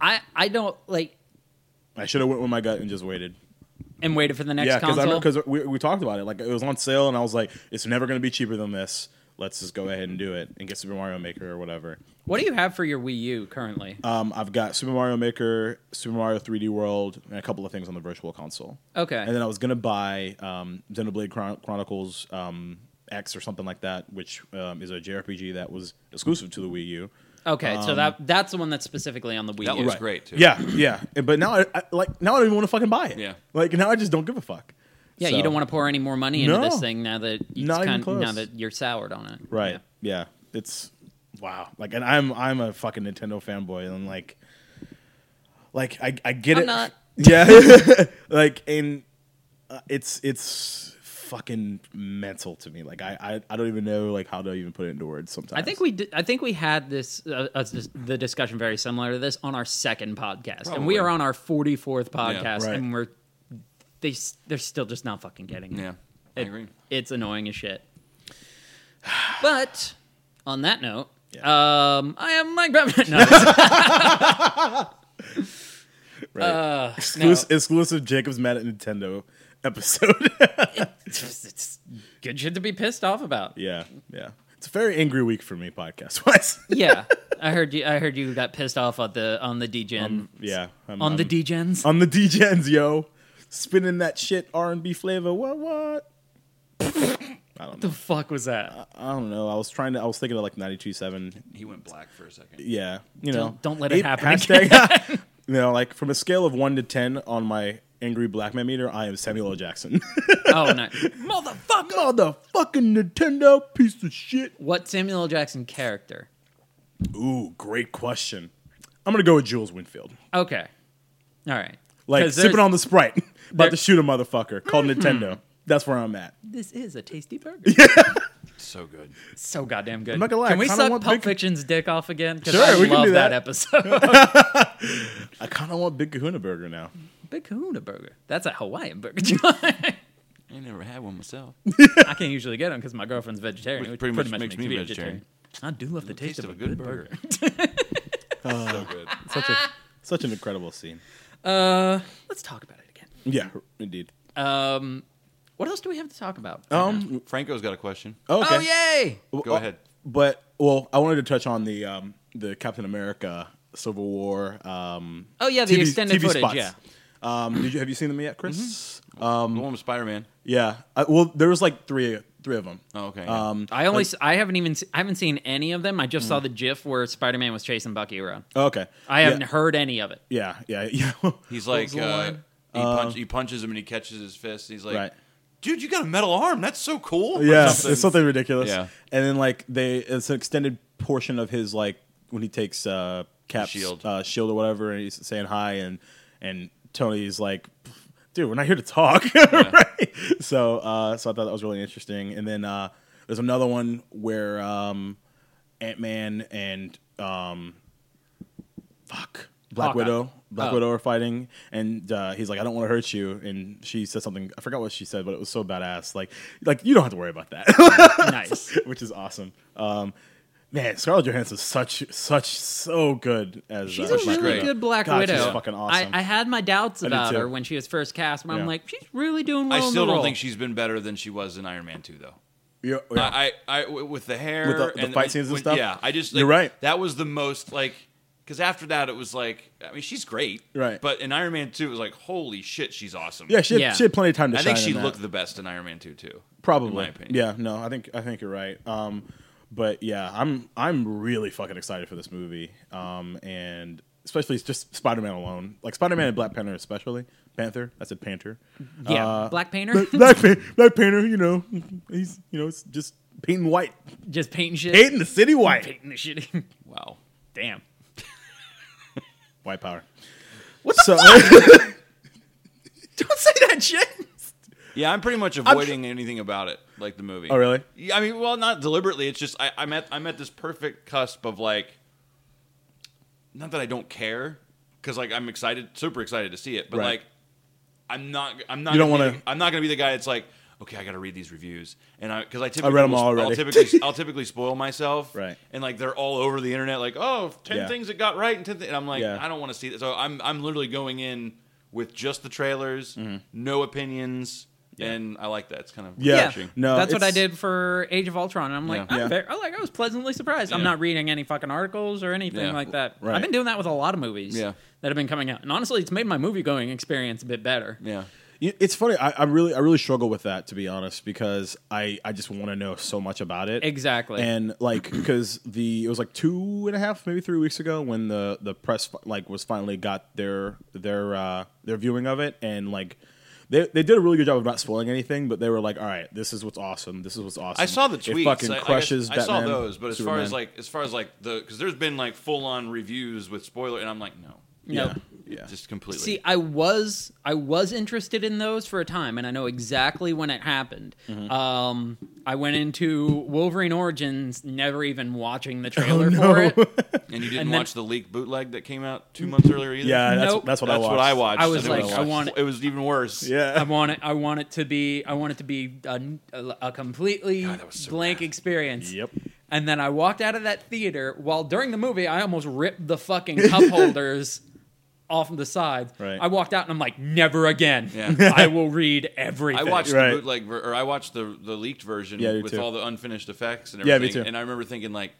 S4: I I don't like
S2: I should have went with my gut and just waited.
S4: and waited for the next
S2: yeah, because I
S4: console.
S2: remember because we, we talked about it. Like it was on sale, and I was like, it's never going to be cheaper than this. Let's just go ahead and do it and get Super Mario Maker or whatever.
S4: what do you have for your Wii U currently?
S2: Um, I've got Super Mario Maker, Super Mario 3D World, and a couple of things on the Virtual Console.
S4: Okay.
S2: And then I was gonna buy um, Xenoblade Chron- Chronicles um, X or something like that, which um, is a JRPG that was exclusive to the Wii U.
S4: okay,
S2: um,
S4: so that that's the one that's specifically on the Wii
S3: That
S4: U.
S3: looks great too.
S2: Yeah, yeah. And- But now, I, I like now, I don't even want to fucking buy it.
S3: Yeah.
S2: Like now, I just don't give a fuck.
S4: Yeah, you don't want to pour any more money into
S2: No.
S4: this thing now that it's
S2: Not even
S4: kind
S2: close.
S4: now that you're soured on it.
S2: Right.
S4: Yeah.
S2: Yeah. It's wow. Like, and I'm I'm a fucking Nintendo fanboy, and like, like I I get
S4: I'm
S2: it.
S4: not.
S2: *laughs* Yeah. *laughs* like, and uh, it's it's fucking mental to me. Like, I, I I don't even know like how to even put it into words. Sometimes
S4: I think we did, I think we had this uh, uh, dis- the discussion very similar to this on our second podcast, and we
S3: Probably.
S4: are on our forty fourth podcast,
S2: Right.
S4: and we're they s- they're still just not fucking getting it.
S3: yeah, I
S4: It-
S3: agree.
S4: It's annoying as shit. But on that note, um, I am Mike Bevan. *laughs* No,
S2: right.
S4: uh, no.
S2: exclusive, exclusive Jacob's mad at Nintendo episode. *laughs*
S4: it's, it's good shit to be pissed off about.
S2: yeah. Yeah. It's a very angry week for me podcast wise.
S4: Yeah, I heard you. I heard you got pissed off on the on the DGen
S2: *laughs* yeah. I'm,
S4: on the
S2: I'm-
S4: DGens.
S2: on the DJs, yo. Spinning that shit R and B flavor. What what?
S4: the fuck was that?
S2: I don't know. I was trying to. I was thinking of like ninety two seven.
S3: He went black for a second.
S2: Yeah, you know.
S4: Don't- don't let it happen *laughs*
S2: Hashtag. *laughs* you know, like from a scale of one to ten on my angry black man meter, I am Samuel L. Jackson. *laughs*
S4: oh no, motherfucker!
S2: Motherfucking Nintendo piece of shit.
S4: What Samuel L. Jackson character?
S2: Ooh, great question. I'm gonna go with Jules Winfield.
S4: Okay, all right.
S2: Like
S4: 'Cause there's-
S2: sipping on the Sprite, *laughs* about
S4: there- Mm-hmm.
S2: to shoot a motherfucker called Nintendo. That's where I'm at.
S4: This is a tasty burger.
S2: *laughs*
S3: So good.
S4: So goddamn good.
S2: not gonna lie,
S4: can we
S2: kinda
S4: suck
S2: want
S4: Pulp
S2: big-
S4: Fiction's dick off again? 'Cause
S2: Sure,
S4: I
S2: we can
S4: love
S2: do
S4: that.
S2: that.
S4: *laughs* episode.
S2: I kind of want Big Kahuna Burger now.
S4: Big Kahuna Burger. That's a Hawaiian burger. *laughs* John.
S3: I never had
S2: *laughs*
S3: one myself.
S4: I can't usually get them because my girlfriend's vegetarian, which, pretty, much, makes, me vegetarian. I do love the, taste, of a good, burger.
S2: Uh,
S3: so good.
S2: Such a
S4: Ah.
S2: such an incredible scene.
S4: Uh, let's talk about it again.
S2: Yeah, indeed.
S4: Um, what else do we have to talk about?
S2: Um.
S3: Franco's got a question.
S2: Okay.
S4: Oh yay!
S3: Go ahead.
S2: uh, But well, I wanted to touch on the um, the Captain America Civil War. Um,
S4: Oh, yeah, the
S2: TV
S4: extended
S2: TV
S4: footage,
S2: spots.
S4: yeah. Mm-hmm.
S2: Um, did you have you seen them yet, Chris?
S3: the one with Spider Man.
S2: Yeah. I, well, there was like three three of them.
S3: Oh, okay.
S2: Um,
S4: I only s I haven't even se- I haven't seen any of them. I just saw
S2: Mm.
S4: the GIF where Spider Man was chasing Bucky around.
S2: Oh, okay.
S4: I
S2: Yeah,
S4: haven't heard any of
S2: *laughs*
S4: it.
S2: Yeah, yeah, yeah.
S3: he's
S4: what was
S3: like,
S4: the
S3: uh,
S4: line?
S3: he, punch, he punches him and he catches his fist. And he's like,
S2: Um, Right.
S3: dude, you got a metal arm. That's so cool. or
S2: yeah,
S3: something.
S2: it's something ridiculous.
S3: Yeah.
S2: and then like they, it's an extended portion of his like when he takes uh Cap's
S3: Shield.
S2: uh, shield or whatever, and he's saying hi, and and Tony's like, dude, we're not here to talk, *laughs* right? So, uh, so I thought that was really interesting. And then uh, there's another one where um, Ant Man and um, fuck Black
S4: Hawkeye.
S2: Widow. Black
S4: Oh.
S2: Widow are fighting, and uh, he's like, "I don't want to hurt you," and she said something. I forgot what she said, but it was so badass. Like, like you don't have to worry about that, *laughs*
S4: Nice.
S2: which is awesome. Um, man, Scarlett Johansson's such, such, so good as
S4: She's
S2: uh,
S4: a
S2: Black
S4: really
S3: great.
S2: Widow.
S4: good Black
S2: God,
S4: Widow.
S2: She's fucking awesome.
S4: I, I had my doubts
S2: did
S4: about
S2: too.
S4: her when she was first cast, but
S2: Yeah.
S4: I'm like, she's really doing well.
S3: I
S4: in
S3: still
S4: the
S3: don't
S4: role.
S3: think she's been better than she was in Iron Man 2, though.
S2: Yeah, yeah.
S3: I, I, I w- with the hair,
S2: With the- the
S3: and-
S2: fight
S3: and-
S2: scenes and
S3: when-
S2: stuff?
S3: Yeah, I just
S2: You're
S3: like,
S2: right.
S3: That was the most like because after that it was like I mean she's great,
S2: Right.
S3: But in Iron Man two, it was like holy shit, she's awesome.
S2: yeah, she had,
S4: Yeah.
S2: she had plenty of time to
S3: I
S2: shine.
S3: think she
S2: in that.
S3: looked the best in Iron Man two too.
S2: probably.
S3: in my opinion.
S2: Yeah, no, I think I think you're right. Um, but yeah, I'm I'm really fucking excited for this movie. Um, and especially it's just Spider Man alone, like Spider Man and Black Panther especially. Panther, I said Panther.
S4: Yeah,
S2: Uh,
S4: Black Painter,
S2: Black, Black, Pan- Black Panther, you know, he's you know it's just painting white,
S4: *laughs* just painting shit,
S2: painting the city white.
S4: *laughs* painting the shit. *laughs*
S3: Wow.
S4: Damn.
S2: White power. What the so, *laughs*
S4: Don't say that shit.
S3: Yeah, I'm pretty much avoiding anything about it, like the movie.
S2: Oh, really?
S3: Yeah, I mean, well, not deliberately. It's just I, I'm at I'm at this perfect cusp of like, not that I don't care, because like I'm excited, super excited to see it, but
S2: Right.
S3: like, I'm not I'm not
S2: You don't
S3: gonna be
S2: wanna-
S3: the- I'm not gonna be the guy that's like, okay, I got to read these reviews, and I because I typically
S2: read 'em
S3: will-
S2: all already.
S3: I'll
S2: *laughs*
S3: typically I'll typically spoil myself,
S2: Right.
S3: And like they're all over the internet, like oh, 10
S2: Yeah.
S3: things that got right, and ten, thi-" and I'm like,
S2: Yeah.
S3: I don't want to see that. So I'm I'm literally going in with just the trailers,
S2: Mm-hmm.
S3: no opinions, and I like that. It's kind of
S2: Yeah.
S3: refreshing.
S2: No,
S4: that's what I
S2: it's-
S4: did for Age of Ultron. I'm like,
S3: Yeah.
S4: I'm
S2: Yeah.
S4: very- I'm like, I was pleasantly surprised. I'm
S3: Yeah.
S4: not reading any fucking articles or anything
S3: Yeah.
S4: like that.
S2: Right.
S4: I've been doing that with a lot of movies
S3: Yeah.
S4: that have been coming out, and honestly, it's made my movie going experience a bit better.
S3: Yeah.
S2: You- It's funny. I, I really, I really struggle with that to be honest, because I, I just want to know so much about it.
S4: Exactly.
S2: And like, because the it was like two and a half, maybe three weeks ago when the the press fi- like was finally got their their uh their viewing of it, and like they they did a really good job of not spoiling anything, but they were like, all right, this is what's awesome. This is what's awesome.
S3: I saw the tweets.
S2: It fucking
S3: I- I guess-
S2: crushes.
S3: I, saw
S2: Batman,
S3: those, but as far as
S2: Superman.
S3: like as far as like the because there's been like full on reviews with spoiler, and I'm like, no,
S4: No.
S2: yeah, yeah.
S3: just completely.
S4: See, I was I was interested in those for a time, and I know exactly when it happened.
S3: Mm-hmm.
S4: Um, I went into Wolverine Origins, never
S3: *laughs*
S4: even watching
S3: Oh,
S4: the trailer for it.
S3: and you didn't
S4: and then-
S3: watch the leaked bootleg that came out two months earlier either.
S2: yeah, that's,
S4: Nope.
S2: that's what
S3: that's
S2: I watched.
S3: what I watched.
S4: I was
S3: and it
S4: like, I want it.
S3: It was even worse.
S4: I
S2: Yeah,
S4: want it. I want it to be. I want it to be a, a, a completely
S3: God, that was so
S4: blank
S3: bad.
S4: experience.
S2: Yep.
S4: And then I walked out of that theater while during the movie I almost ripped the fucking
S3: *laughs*
S4: cup holders off the sides.
S2: Right.
S4: I walked out and I'm like, never again.
S3: Yeah.
S4: *laughs* I will read everything.
S3: I watched
S2: Right.
S3: the bootleg ver- or I watched the the leaked version
S2: Yeah, I did
S3: with
S2: too.
S3: all the unfinished effects and
S2: Yeah,
S3: everything.
S2: me too.
S3: And I remember thinking like.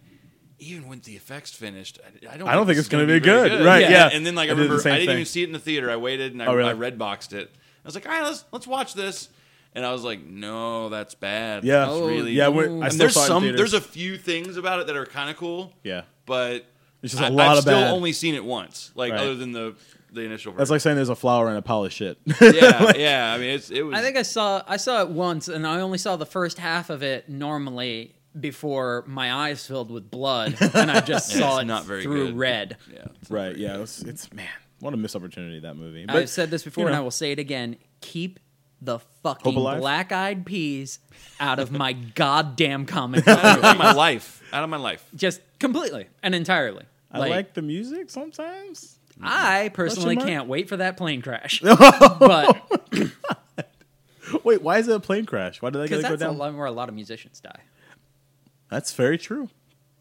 S3: Even with the effects finished, I I don't.
S2: I don't think it's
S3: this is
S2: gonna
S3: gonna
S2: be
S3: very
S2: good. Right, yeah.
S3: *laughs* And, and then like I,
S2: I did the
S3: remember,
S2: same
S3: I didn't
S2: thing.
S3: even see it in the theater. I waited and I,
S2: Oh, really?
S3: I red boxed it. I was like, all right, let's let's watch this. And I was like, no, that's bad.
S2: yeah,
S4: Oh,
S3: That's really.
S2: yeah. we're- I
S3: And
S2: still
S3: there's
S2: saw it in
S3: some.
S2: theaters.
S3: There's a few things about it that are kind of cool.
S2: Yeah.
S3: But
S2: It's just a
S3: I-
S2: lot
S3: I've
S2: of
S3: still
S2: bad.
S3: only seen it once, like
S2: Right.
S3: other than the the initial.
S2: That's
S3: Version.
S2: like saying there's a flower in a pile of
S4: *laughs*
S2: shit. *laughs*
S3: yeah, yeah. I mean, it's it was.
S4: I think I saw I saw it once, and I only saw the first half of it normally before my eyes filled with
S2: *laughs*
S4: blood, and I just
S3: Yeah,
S4: saw
S3: it's
S4: it
S3: not very
S4: through
S3: good.
S4: red.
S3: yeah, it's-
S2: Right. Yeah. It's, it's man, what a missed opportunity that movie. But
S4: I've said this before,
S2: you
S4: and I
S2: know.
S4: will say it again: keep the
S2: Hope
S4: fucking
S2: alive?
S4: black-eyed peas out
S2: *laughs*
S4: of my goddamn comic book.
S3: out of my life. Out of my life.
S4: just completely and entirely.
S2: I like, the music sometimes. *gasps*
S4: I personally
S2: mark?
S4: can't wait for that plane
S2: *laughs*
S4: crash, but
S2: Wait, why is it a plane crash? Why did I
S4: because
S2: gotta go
S4: that's a
S2: down?
S4: lot where a lot of musicians die.
S2: that's very true.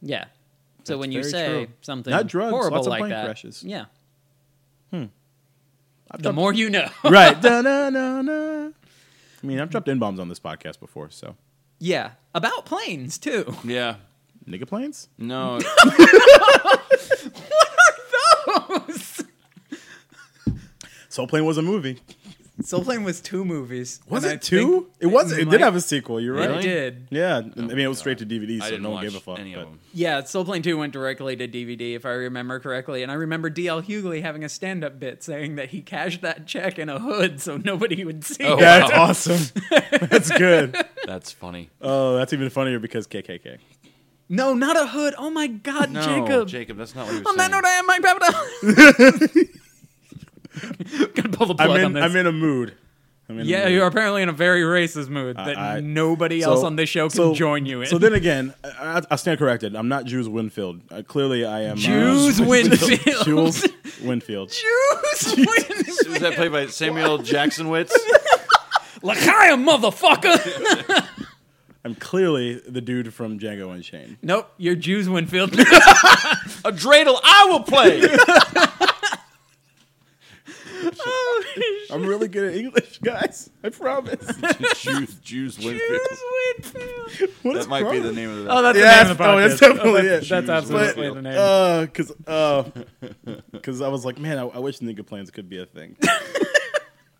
S4: Yeah. So
S2: That's
S4: when you
S2: very
S4: say
S2: true.
S4: something
S2: Not drugs,
S4: horrible
S2: lots of
S4: like
S2: plane
S4: that,
S2: crashes.
S4: yeah,
S2: I've
S4: the
S2: dropped-
S4: more you know.
S2: *laughs*
S4: *laughs*
S2: right. Da, na, na, na. I mean, I've dropped n bombs on this podcast before, so
S4: Yeah, about planes too.
S3: Yeah.
S2: Nigga planes? *laughs*
S3: No,
S2: Soul Plane was a movie.
S4: Soul Plane was two movies.
S2: Was
S4: and
S2: it
S4: I
S2: two?
S4: think
S2: It was. It did
S4: might-
S2: have a sequel. You're
S4: It
S2: right.
S3: Really?
S4: did.
S2: Yeah, I mean it was straight to DVD, so
S3: Oh I didn't
S2: no one
S3: watch
S2: gave a fuck.
S3: any of
S2: but-
S3: them.
S4: Yeah, Soul Plane 2 went directly to DVD, if I remember correctly. And I remember D.L. Hughley having a stand up bit saying that he cashed that check in a hood so nobody would see
S3: Oh.
S4: it.
S2: Yeah, that's
S3: Wow.
S4: *laughs*
S2: awesome. That's good. *laughs*
S3: That's funny.
S2: Oh, that's even funnier because KKK.
S4: No, not a hood. Oh my God,
S3: No,
S4: Jacob. Oh,
S3: Jacob, that's not what you were
S4: On that
S3: saying.
S4: note, I am
S2: *laughs*
S4: Mike Papado. Gonna pull the plug
S2: I'm
S4: on
S2: in.
S4: this.
S2: I'm in a mood. I'm in a
S4: yeah,
S2: mood.
S4: you're apparently in a very racist mood that
S2: I-
S4: nobody
S2: So-
S4: else on this show can
S2: so-
S4: join you in.
S2: So
S4: *laughs*
S2: then again, I, I- I stand corrected. I'm not Jews Winfield. Uh, clearly, I am uh,
S4: Jews Winfield.
S2: Jules Winfield. *laughs*
S4: Jews win.
S3: Is that played by Samuel Jacksonwitz?
S4: Lakaya, motherfucker.
S2: I'm clearly the dude from Django Unchained.
S4: *laughs* nope, you're Jews *laughs* Winfield.
S3: a dreidel I
S2: *laughs*
S3: will play.
S2: I'm really good at English, guys. I
S4: *laughs*
S2: promise.
S3: Jews, Jews Winfield.
S4: Jews Winfield.
S2: What is
S3: that might be
S2: wrong?
S3: the name of the.
S4: Oh, that's
S2: Yes.
S4: the name of the podcast.
S2: Oh, that's definitely it.
S4: That's
S2: Jews
S4: absolutely
S3: Winfield.
S4: the name.
S2: Uh, cause, uh, cause I was like, man, I, I wish nigga plans could be a
S4: *laughs*
S2: thing,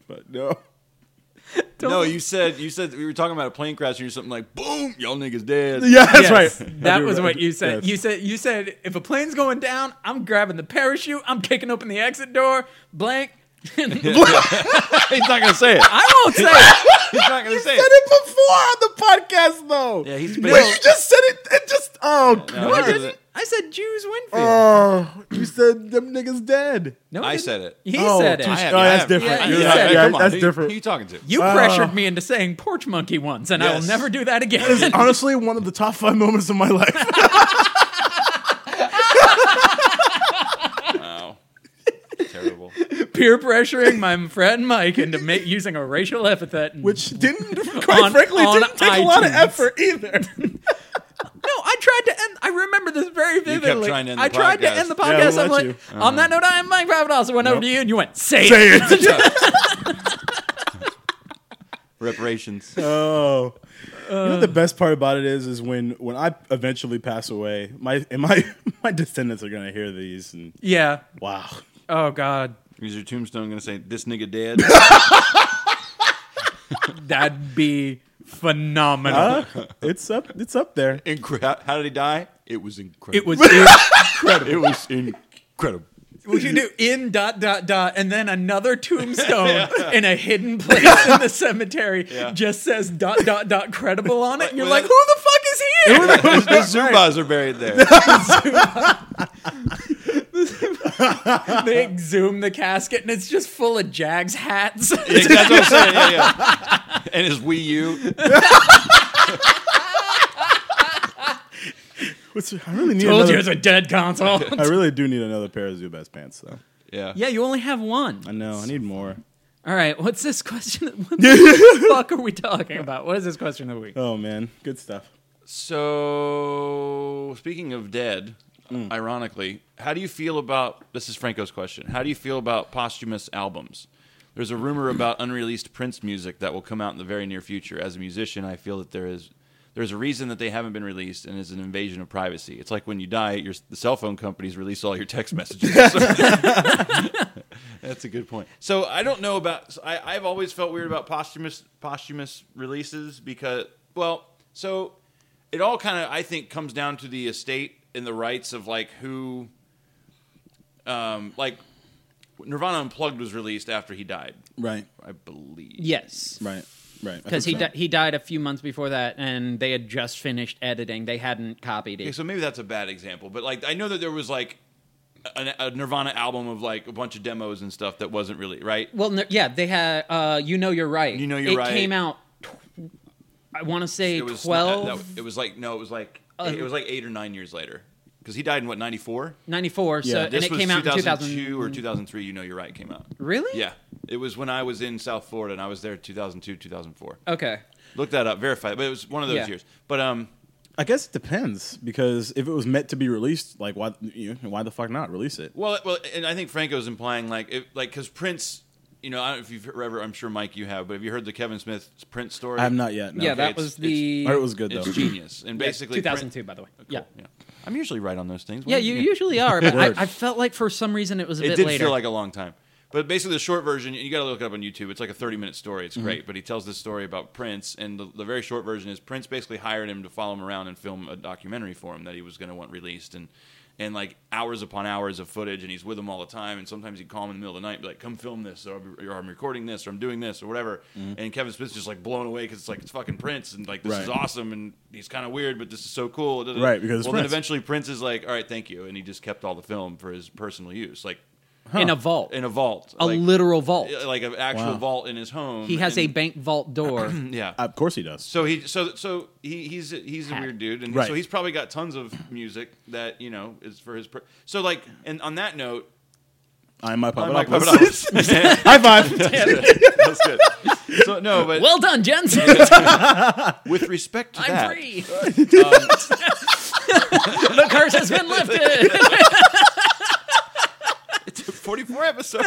S2: but no.
S3: no, you said you said we were talking about a plane crash and you're something like boom, y'all niggas dead.
S2: Yeah, that's
S4: Yes,
S2: right. I
S4: That
S2: do
S4: was
S2: remember-
S4: what you said.
S2: yes.
S4: You said you said if a plane's going down, I'm grabbing the parachute, I'm kicking open the exit door, blank.
S3: *laughs*
S4: *laughs*
S3: He's not gonna
S2: *laughs*
S3: say it.
S4: I won't say it.
S3: He's not gonna say
S2: said
S3: it.
S2: it before on the podcast though.
S3: Yeah, he's
S2: Wait, you just said it. It just oh,
S3: No,
S4: I
S3: he
S4: didn't.
S3: doesn't-
S4: I said Jews Winfield.
S2: oh, you said them niggas dead.
S4: no,
S3: I
S4: didn't.
S3: said it.
S4: He
S2: Oh,
S4: said it.
S2: touche.
S3: I have-
S2: Oh,
S3: I
S2: that's
S3: have-
S2: different.
S4: Yeah,
S3: You're
S4: he
S3: not-
S4: said it.
S3: come on,
S2: That's
S3: who-
S2: different.
S3: Who you talking to?
S4: you
S2: Oh.
S4: pressured me into saying porch monkey once, and I will
S3: Yes.
S4: never do that again. *laughs*
S2: Honestly, one of the top five moments of my life.
S3: Wow. Terrible.
S4: Peer pressuring my friend Mike into ma- using a racial epithet. and-
S2: Which didn't, quite
S4: On-
S2: frankly,
S4: on
S2: didn't take a lot of
S4: iTunes.
S2: effort either.
S4: *laughs*
S2: *laughs*
S4: No, I tried to end. I remember this very vividly.
S3: trying to end the
S4: I tried to
S3: podcast.
S4: end the
S2: Yeah,
S4: podcast.
S2: we'll let
S4: I'm like,
S2: you.
S3: Uh-huh.
S4: on that note, I am Mike Papadopoulos. I went over to you, and you went, "Say,
S2: Say
S4: it."
S2: it.
S3: Reparations.
S2: Oh, you
S4: Uh.
S2: know the best part about it is, is when when I eventually pass away, my and my *laughs* my descendants are gonna hear these and
S4: Yeah.
S2: wow, *laughs*
S4: Oh God,
S3: Is your tombstone gonna say this nigga dead?
S4: that'd be phenomenal.
S2: Uh, it's up, it's up there.
S3: *laughs* Incre- how did he die? It was incredible. *laughs*
S4: It was in,
S3: incredible. it was incredible.
S4: would you do in dot dot dot and then
S3: *laughs*
S4: another tombstone in a hidden place in the cemetery
S3: Yeah.
S4: just says dot dot dot credible on it and you're
S3: Like,
S4: like who the fuck is here
S3: the Zubas are buried *laughs* there.
S4: they exhume the casket and it's just full of
S3: *laughs*
S4: jags hats
S3: Yeah, that's what I'm saying. Yeah, yeah. And his Wii U.
S2: What's, I really need
S4: told *laughs* you it's
S2: another.
S3: *laughs*
S4: a dead console *laughs*
S2: I really do need another pair of Zubaz pants though.
S3: Yeah.
S4: yeah you only have one
S2: I know I need more.
S4: all right what's this question *laughs*
S3: *laughs*
S4: what the fuck are we talking about what is this question of the week
S2: Oh man, good stuff.
S3: So, speaking of dead, ironically, how do you feel about this? Is Franco's question? How do you feel about posthumous albums? There's a rumor about unreleased Prince music that will come out in the very near future. As a musician, I feel that there is there's a reason that they haven't been released, and is an invasion of privacy. It's like when you die, your the cell phone companies release all your text messages. That's a good point. So I don't know about. so I, I've always felt weird about posthumous posthumous releases because, well, so it all kind of I think comes down to the estate and the rights of like who, um, like Nirvana Unplugged was released after he died,
S2: Right,
S3: I believe.
S4: yes
S2: right, right.
S4: because he di- he died a few months before that, and they had just finished editing. They hadn't copied
S3: Okay,
S4: it.
S3: so maybe that's a bad example, but like I know that there was like a, a Nirvana album of like a bunch of demos and stuff that wasn't really right.
S4: Well, no, yeah, they had. Uh, you know, you're right.
S3: You Know You're
S4: it
S3: Right.
S4: came out. tw- I want to say
S3: It was uh,
S4: twelve ninety four.
S3: it was like no, it was like it was like eight or nine years later because he died in what ninety four.
S4: so
S2: Yeah,
S4: and
S3: This
S4: it
S3: was
S4: came out in 2000.
S3: 2002 or 2003. You know, you're right. Came out.
S4: Really?
S3: Yeah, it was when I was in South Florida and I was there 2002, 2004.
S4: Okay.
S3: Look that up, verify. it, But it was one of those
S4: Yeah.
S3: years. But um,
S2: I guess it depends because if it was meant to be released, like why you know, why the fuck not release it?
S3: well, well, and I think Franco's implying like, if, like because Prince you know, I don't know if you've ever, I'm sure Mike, you have, but have you heard the Kevin Smith Prince story?
S2: I have not yet. No.
S4: yeah,
S3: okay,
S4: that
S3: it's-
S4: was the.
S2: Or it was good though.
S3: It's genius. And basically, Oh,
S4: two
S3: Prince-
S4: thousand two, by the way. Yeah,
S3: yeah. I'm usually right on those things.
S4: yeah,
S3: What do
S4: you
S3: think?
S2: *laughs*
S4: usually are, but
S2: Word.
S4: I, I felt like for some reason it was a
S3: it
S4: bit
S3: did
S4: later.
S3: feel like a long time. But basically, the short version, you got to look it up on YouTube. It's like a 30 minute story.
S4: Mm-hmm.
S3: It's great. But he tells this story about Prince, and the, the very short version is Prince basically hired him to follow him around and film a documentary for him that he was going to want released. And and like hours upon hours of footage, and he's with him all the time. And sometimes he'd call him in the middle of the night, and be like, "Come film this," or "I'm- or "I'm recording this," or "I'm doing this," or whatever.
S4: Mm-hmm.
S3: And Kevin Smith's just like blown away because it's like it's fucking Prince, and like this
S2: Right.
S3: is awesome, and he's kind of weird, but this is so cool.
S2: Right, because it's
S3: well, then
S2: Prince.
S3: eventually Prince is like, "All right, thank you," and he just kept all the film for his personal use, like
S4: in a vault,
S3: in a vault,
S4: a
S3: like,
S4: literal vault.
S3: like an actual
S2: Wow.
S3: vault in his home.
S4: he has a
S3: and- *clears throat*
S4: bank vault door.
S3: yeah.
S2: Uh, Of course he does.
S3: so he so so he he's he's a weird dude, and
S2: Right.
S3: so he's probably got tons of music that you know is for his. Per- so like, and on that note,
S2: I'm my
S3: I'm like,
S2: Papadopoulos. *laughs*
S3: *laughs*
S2: High
S4: *laughs*
S2: five.
S3: That's good. So no, but
S4: well done, Jensen.
S3: with respect to that, *laughs*
S4: I'm free. *laughs* the curse has been lifted.
S3: *laughs* it's 44
S4: *laughs*
S3: episodes.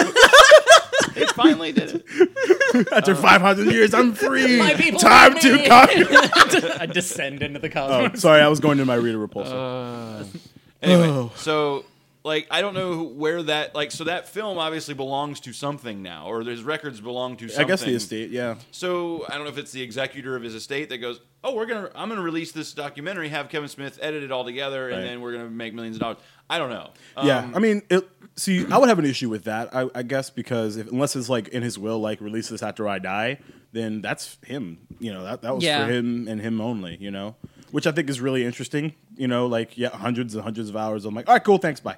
S3: it finally did it.
S2: After 500 years, I'm free.
S4: Uh, My people
S2: Time
S4: love
S2: to
S4: me. *laughs*
S2: come.
S4: I descend into the
S2: Oh,
S4: cosmos.
S2: sorry, I was going to my reader
S4: Uh,
S2: repulsor.
S3: Anyway,
S2: Oh.
S3: so like I don't know where that like so that film obviously belongs to something now, or his records belong to
S2: I
S3: something.
S2: guess the estate. Yeah.
S3: So I don't know if it's the executor of his estate that goes, "Oh, we're gonna I'm gonna release this documentary, have Kevin Smith edit it all together,
S2: Right.
S3: and then we're gonna make millions of dollars." I don't know. Um,
S2: Yeah, I mean, it, see, I would have an issue with that, I, I guess, because if, unless it's like in his will, like release this after I die, then that's him. You know, that that was
S4: Yeah.
S2: for him and him only. You know, which I think is really interesting. You know, like yeah, hundreds and hundreds of hours. I'm like, all right, cool, thanks, bye.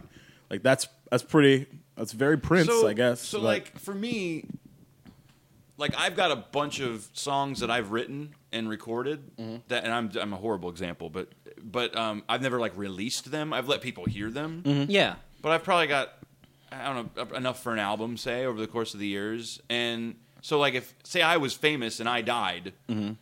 S2: Like that's that's pretty. That's very Prince,
S3: so,
S2: I guess.
S3: So
S2: but-
S3: like for me, like I've got a bunch of songs that I've written and recorded
S2: Mm-hmm.
S3: that, and I'm I'm a horrible example, but but um, I've never like released them. I've let people hear them.
S2: Mm-hmm.
S4: yeah.
S3: but I've probably got I don't know enough for an album, say over the course of the years. And so, like, if say I was famous and I died,
S2: Mm-hmm.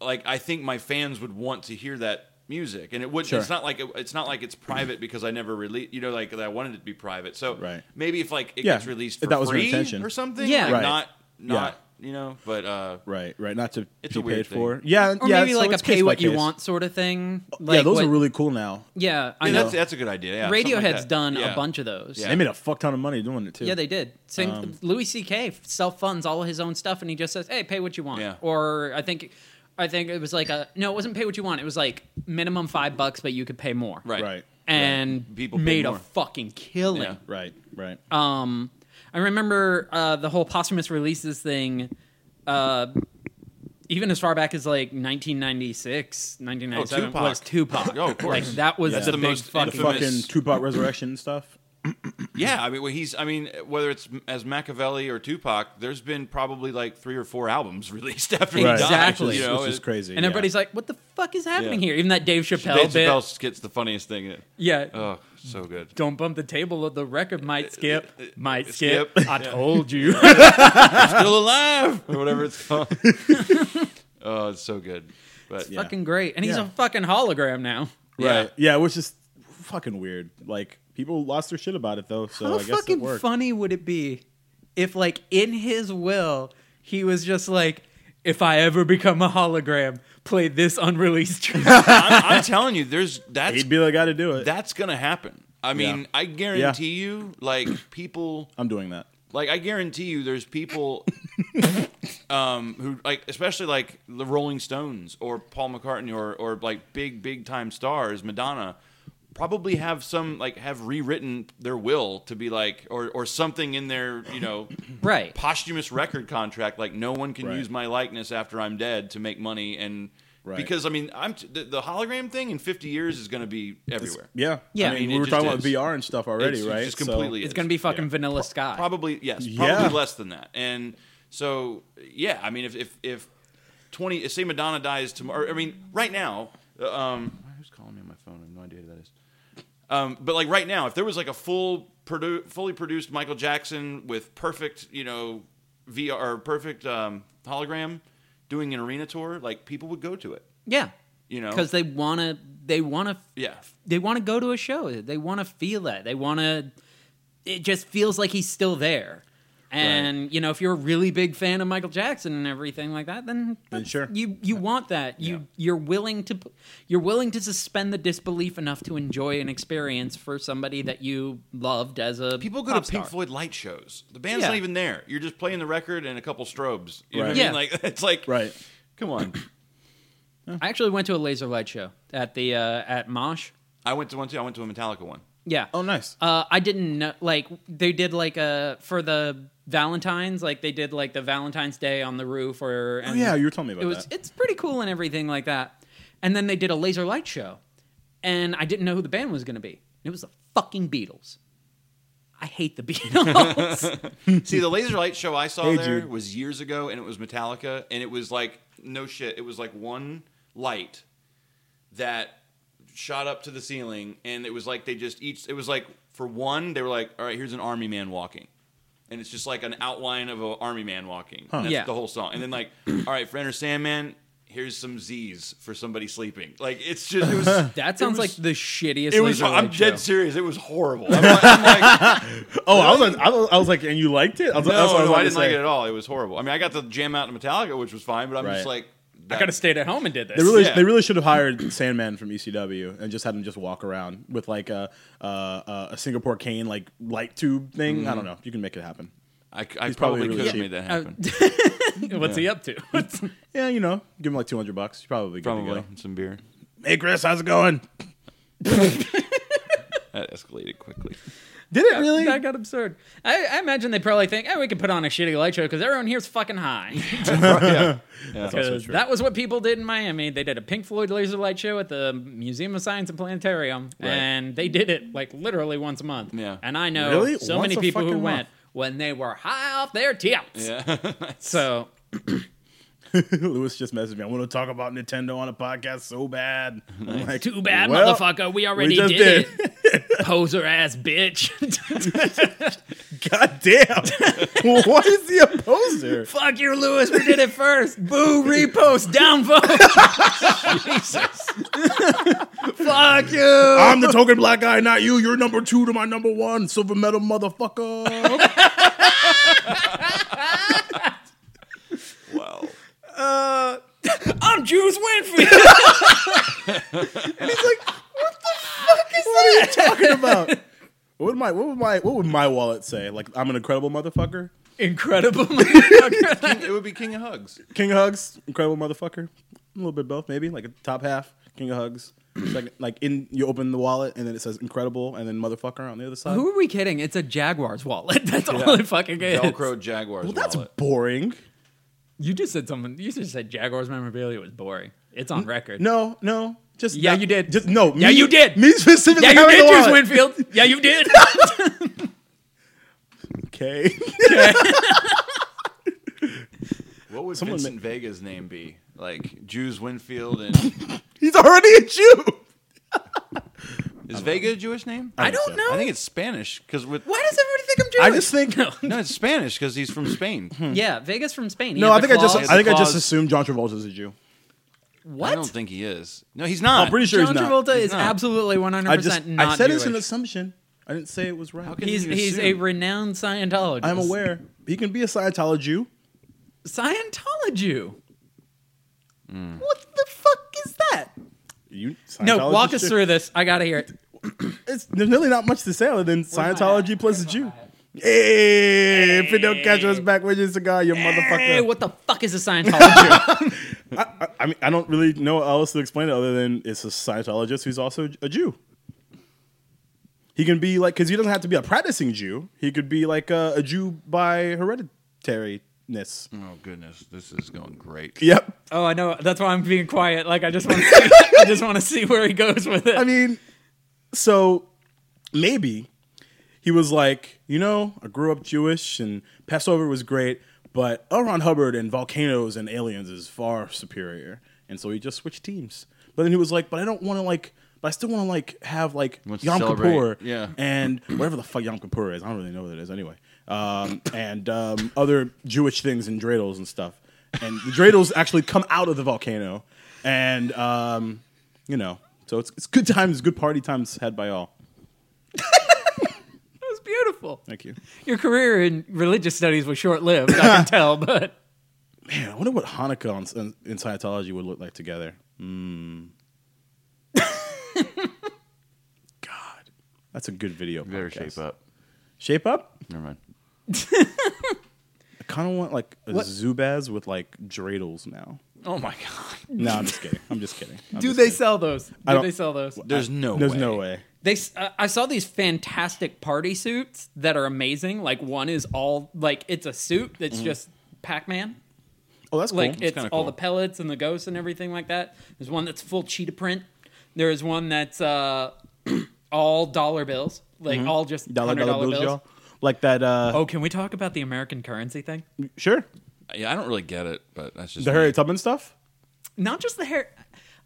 S3: like I think my fans would want to hear that music, and it would.
S2: Sure.
S3: It's not like it, it's not like it's private because I never released. You know, like that I wanted it to be private. So
S2: Right.
S3: maybe if like it
S2: Yeah,
S3: gets released for
S2: if that was your
S3: free
S2: intention.
S3: or something,
S4: Yeah.
S3: like,
S2: Right.
S3: not not you know, but uh,
S2: right, right, not to
S3: It's
S2: be
S3: a weird
S2: paid
S3: thing.
S2: for. Yeah,
S4: Or
S2: yeah,
S4: maybe
S2: so
S4: like a
S2: it's case
S4: pay
S2: by
S4: what you
S2: case.
S4: want sort of thing.
S2: yeah,
S4: Like
S2: those
S4: what-
S2: are really cool now.
S4: Yeah, I
S3: yeah,
S4: know.
S3: that's that's a good idea. Yeah, something like
S4: Radiohead's
S3: that.
S4: done
S3: Yeah.
S4: a bunch of those.
S3: Yeah.
S2: They made a fuck ton of money doing it too.
S4: Yeah, they did. Same.
S3: Um,
S4: Louis C.K. self funds all of his own stuff, and he just says, "Hey, pay what you want."
S3: Yeah.
S4: Or I think, I think it was like a no. It wasn't pay what you want. It was like minimum five bucks, but you could pay more.
S3: Right.
S2: right,
S4: And
S3: People
S4: people
S3: paid
S4: made
S3: more.
S4: a fucking killing.
S3: Yeah.
S2: right, right.
S4: Um, I remember uh, the whole posthumous releases thing. Uh, even as far back as like 1996, 1997
S3: Tupac.
S4: was Tupac.
S3: Oh, of course.
S4: Like that was
S3: That's
S4: the,
S3: the
S4: big
S3: most
S4: fucking.
S3: infamous-
S2: Fucking Tupac resurrection stuff.
S3: Yeah, I mean, well, he's. I mean, whether it's as Machiavelli or Tupac, there's been probably like three or four albums *laughs* released after he died.
S4: Exactly.
S2: which
S3: You
S2: is,
S3: know,
S2: which is
S3: it-
S2: crazy.
S4: And everybody's like, "What the fuck is happening
S3: Yeah.
S4: here?" Even that Dave Chappelle
S3: Dave
S4: bit.
S3: Chappelle gets the funniest thing. in it.
S4: Yeah.
S3: Oh, so
S2: *laughs*
S3: good.
S4: Don't bump the table of the record might skip. Might skip.
S3: skip.
S4: I told you.
S3: Still alive *laughs* or whatever
S2: *laughs*
S3: it's called. oh, it's so good. But
S2: Yeah.
S4: fucking great. And he's
S2: Yeah.
S4: a fucking hologram now.
S2: *laughs*
S3: yeah.
S2: Right. Yeah, which is fucking weird. Like people lost their shit about it though, so
S4: How
S2: I guess it
S4: fucking
S2: worked.
S4: funny would it be if like in his will he was just like if I ever become a hologram, play this *laughs* unreleased track.
S3: I'm, I'm telling you, there's that's
S2: He'd be the guy to do it.
S3: that's gonna happen. I mean,
S2: Yeah.
S3: I guarantee you, like people.
S2: I'm doing that.
S3: Like I guarantee you, there's people
S2: *laughs*
S3: um, who like, especially like the Rolling Stones or Paul McCartney or or like big big time stars, Madonna, probably have some like have rewritten their will to be like or or something in their
S2: *coughs*
S3: you know
S4: right.
S3: posthumous record contract like no one can
S2: Right.
S3: use my likeness after I'm dead to make money and
S2: Right.
S3: because I mean I'm t- the, the hologram thing in 50 years is going to be everywhere.
S2: Yeah.
S4: Yeah.
S2: I mean,
S4: I mean,
S2: we
S3: it
S2: were
S3: just
S2: talking
S3: is.
S2: about VR and stuff already,
S3: It's- it's
S2: right?
S3: just
S2: So-
S3: completely
S4: It's gonna be fucking vanilla sky.
S3: Probably yes. Probably
S2: Yeah.
S3: less than that. And so yeah, I mean, if if if twenty, if, say Madonna dies tomorrow. I mean, right now, uh, um, who's calling me on my phone? I have no idea who that is. Um, but like right now, if there was like a full, produ- fully produced Michael Jackson with perfect, you know, VR or perfect um, hologram doing an arena tour, like people would go to it.
S4: yeah.
S3: You know,
S4: Because they wanna they wanna
S3: yeah,
S4: they want to go to a show. They want to feel that. They want to it just feels like he's still there. And you know, if you're a really big fan of Michael Jackson and everything like that, then, that's-
S2: sure.
S4: you you want that. You you're willing to p- you're willing to suspend the disbelief enough to enjoy an experience for somebody that you loved as a
S3: People go
S4: pop
S3: to Pink
S4: star.
S3: Floyd light shows. The band's
S4: Yeah.
S3: not even there. You're just playing the record and a couple strobes. You know
S2: Right.
S3: what I
S4: Yeah.
S3: mean? Like *laughs* it's like
S2: Right.
S3: Come on.
S4: I actually went to a laser light show at the uh, at Mosh.
S3: *clears throat* I went to one too. I went to a Metallica one.
S4: Yeah.
S2: Oh, nice.
S3: Um,
S4: Uh, I didn't know. Like they did like a for the Valentines. Like they did like the Valentine's Day on the roof or. And
S2: Oh, yeah, you were telling me about
S4: it was,
S2: that.
S4: It's pretty cool and everything like that. And then they did a laser light show, and I didn't know who the band was going to be. It was the fucking Beatles. I hate the *laughs* Beatles.
S3: See, the laser light show I saw
S2: Hey,
S3: there
S2: dude.
S3: was years ago, and it was Metallica, and it was like no shit. It was like one light that shot up to the ceiling, and it was like they just each. It was like for one, they were like, "All right, here's an army man walking," and it's just like an outline of an army man walking. And that's
S4: Yeah.
S3: the whole song, and then like, "All right, for Enter Sandman." Here's some Z's for somebody sleeping. Like it's just it was.
S4: that sounds like the shittiest.
S3: it was.
S4: laser light
S3: I'm
S4: show.
S3: dead serious. It was horrible. I'm like- I'm like,
S2: Oh, I was, I was, I was like, and you liked it? I was, that's
S3: No,
S2: what I, was
S3: no,
S2: about
S3: I
S2: to
S3: didn't like
S2: say.
S3: it at all. It was horrible. I mean, I got to jam out to Metallica, which was fine, but I'm just
S2: Right.
S3: like,
S4: I could have stayed at home and did this.
S2: They really,
S3: Yeah.
S2: they really should have hired Sandman from ECW and just had him just walk around with like a uh, uh, a Singapore cane like light tube thing.
S3: Mm-hmm.
S2: I don't know. You can make it happen.
S3: I, I
S2: He's
S3: probably
S2: probably really
S3: could have
S2: cheap.
S3: made
S4: Oh,
S3: that happen.
S4: Uh, *laughs* What's he up to?
S2: Yeah, you know, give him like two hundred bucks. You're probably good
S3: probably
S2: to go.
S3: some beer.
S2: Hey, Chris, how's it going?
S3: That
S2: *laughs*
S3: escalated quickly.
S2: Did it really?
S4: That got absurd. I, I imagine they probably think, oh, we could put on a shitty light show because everyone here's fucking high.
S3: yeah.
S2: also
S4: 'Cause
S2: true.
S4: that was what people did in Miami. They did a Pink Floyd laser light show at the Museum of Science and Planetarium, and they did it like literally once a month.
S3: Yeah.
S4: And I know
S2: Really?
S4: so
S2: Once a
S4: many people who
S2: fucking
S4: went
S2: month?
S4: when they were high off their
S2: *laughs*
S4: tips.
S3: yeah.
S4: So
S2: Lewis just messaged me. I want to talk about Nintendo on a podcast so bad. I'm like,
S4: too bad,
S2: well,
S4: motherfucker. We already
S2: just
S4: did,
S2: *laughs*
S4: it. Poser ass bitch. *laughs*
S2: God damn. *laughs* what is the opposer?
S4: Fuck you, Lewis. We did it
S2: *laughs*
S4: first. Boo, repost, downvote. *laughs* Jesus.
S2: *laughs*
S4: Fuck you.
S2: I'm the token black guy, not you. You're number two to my number one, silver medal motherfucker. *laughs*
S3: Wow.
S4: I'm Juice Winfield. and he's
S2: *laughs*
S4: like, what the fuck is that?
S2: talking about? What would my what would my what would my wallet say? Like I'm an incredible motherfucker.
S4: Incredible motherfucker.
S2: *laughs*
S3: It would be King of Hugs.
S2: King of hugs, incredible motherfucker. A little bit both, maybe like a top half. King of
S4: *clears throat*
S2: hugs. It's like like in you open the wallet and then it says incredible and then motherfucker on the other side.
S4: Who are we kidding? It's a Jaguar's wallet. *laughs* That's all it fucking is.
S3: Velcro Jaguars.
S2: well, that's
S3: wallet.
S2: boring.
S4: You just said something. You just said Jaguar's memorabilia was boring. It's on record.
S2: No, no. Just
S4: Yeah,
S2: not-
S4: you did.
S2: Just no.
S4: Yeah,
S2: me-
S4: you did.
S2: Me specifically.
S4: Yeah, you
S2: having
S4: did,
S2: the
S4: Juice
S2: wallet. *laughs*
S4: Winfield. Yeah, you did.
S2: Okay. *laughs*
S3: What would
S2: Someone
S3: Vincent Vega's name be? Like Jews Winfield and
S2: *laughs* He's already a Jew.
S3: is Vega a Jewish name?
S4: I don't know.
S3: I think it's Spanish because with
S4: Why does everybody think I'm Jewish?
S2: I just
S4: *laughs*
S2: think *laughs* no.
S3: no, it's Spanish because he's from Spain.
S2: Hmm.
S4: yeah, Vegas from Spain. He
S2: No, I
S4: had the
S2: think I just
S4: claws.
S3: He had
S2: I think I
S3: the
S2: just
S3: claws.
S2: assumed John Travolta's a Jew.
S4: what?
S3: I don't think he is. No, he's not.
S2: I'm pretty sure
S4: John
S2: he's not.
S4: Travolta is
S3: not.
S4: absolutely 100%
S2: I just
S4: not
S2: I said
S4: Jewish.
S2: it's an assumption. I didn't say it was right.
S3: can
S4: He's,
S3: You
S4: he's a
S3: assume.
S4: renowned Scientologist.
S2: I'm aware. He can be a Scientology Jew.
S4: Scientology. What the fuck is that?
S2: You Scientology
S4: No, walk us
S2: Jew.
S4: through this. I gotta hear it.
S2: It's, there's really not much to say other than Scientology plus a Jew. Hey, Fidel Castro's back with your cigar, you
S4: Hey,
S2: motherfucker.
S4: what the fuck is a
S2: *laughs*
S4: Scientologist?
S2: I, I mean, I don't really know what else to explain it other than it's a Scientologist who's also a Jew. He can be like, because he doesn't have to be a practicing Jew. He could be like a, a Jew by hereditariness.
S4: Hmm.
S3: Oh goodness, this is going great.
S2: Yep.
S4: oh, I know. That's why I'm being quiet. Like I just want to see, *laughs* I just want to see where he goes with it.
S2: I mean, so maybe he was like, you know, I grew up Jewish and Passover was great, but L. Ron Hubbard and volcanoes and aliens is far superior, and so he just switched teams. But then he was like, but I don't want to like, but I still want to like have like
S3: Wants to
S2: Yom
S3: celebrate.
S2: Kippur,
S3: Yeah.
S2: and whatever the fuck Yom Kippur is, I don't really know what it is anyway. Um, and um, other Jewish things and dreidels and stuff. And the dreidels actually come out of the volcano, and um, you know, so it's, it's good times, good party times had by all.
S4: That was beautiful.
S2: Thank you.
S4: Your career in religious studies was short lived, I *laughs* can tell, but
S2: Man, I wonder what Hanukkah on- and, and Scientology would look like together. Mm.
S3: *laughs*
S2: God, that's a good video.
S3: Better
S2: podcast.
S3: shape up.
S2: Shape up.
S3: Never mind.
S2: I kind of want like a Zubaz with like dreidels now.
S3: Oh my god.
S2: No, I'm just kidding. I'm just kidding. I'm
S4: do
S2: just
S4: they
S2: kidding.
S4: sell those? Do
S2: don't-
S4: they sell those?
S3: There's no.
S2: There's
S3: way.
S2: no way.
S4: They, s- uh, I saw these fantastic party suits that are amazing. Like one is all like it's a suit that's just Pac-Man.
S2: Oh, that's Mm-hmm. cool.
S4: Like it's
S3: kinda
S4: all
S3: cool.
S4: the pellets and the ghosts and everything like that. There's one that's full cheetah print. There is one that's uh, *clears throat* all dollar bills, like all just
S2: Mm-hmm. dollar
S4: $100
S2: dollar bills, y'all. Like that. uh
S4: Oh, can we talk about the American currency thing?
S3: Oh.
S2: Sure.
S3: Yeah, I don't really get it, but that's just
S2: The
S3: me.
S2: Harriet Tubman stuff.
S4: Not just the hair.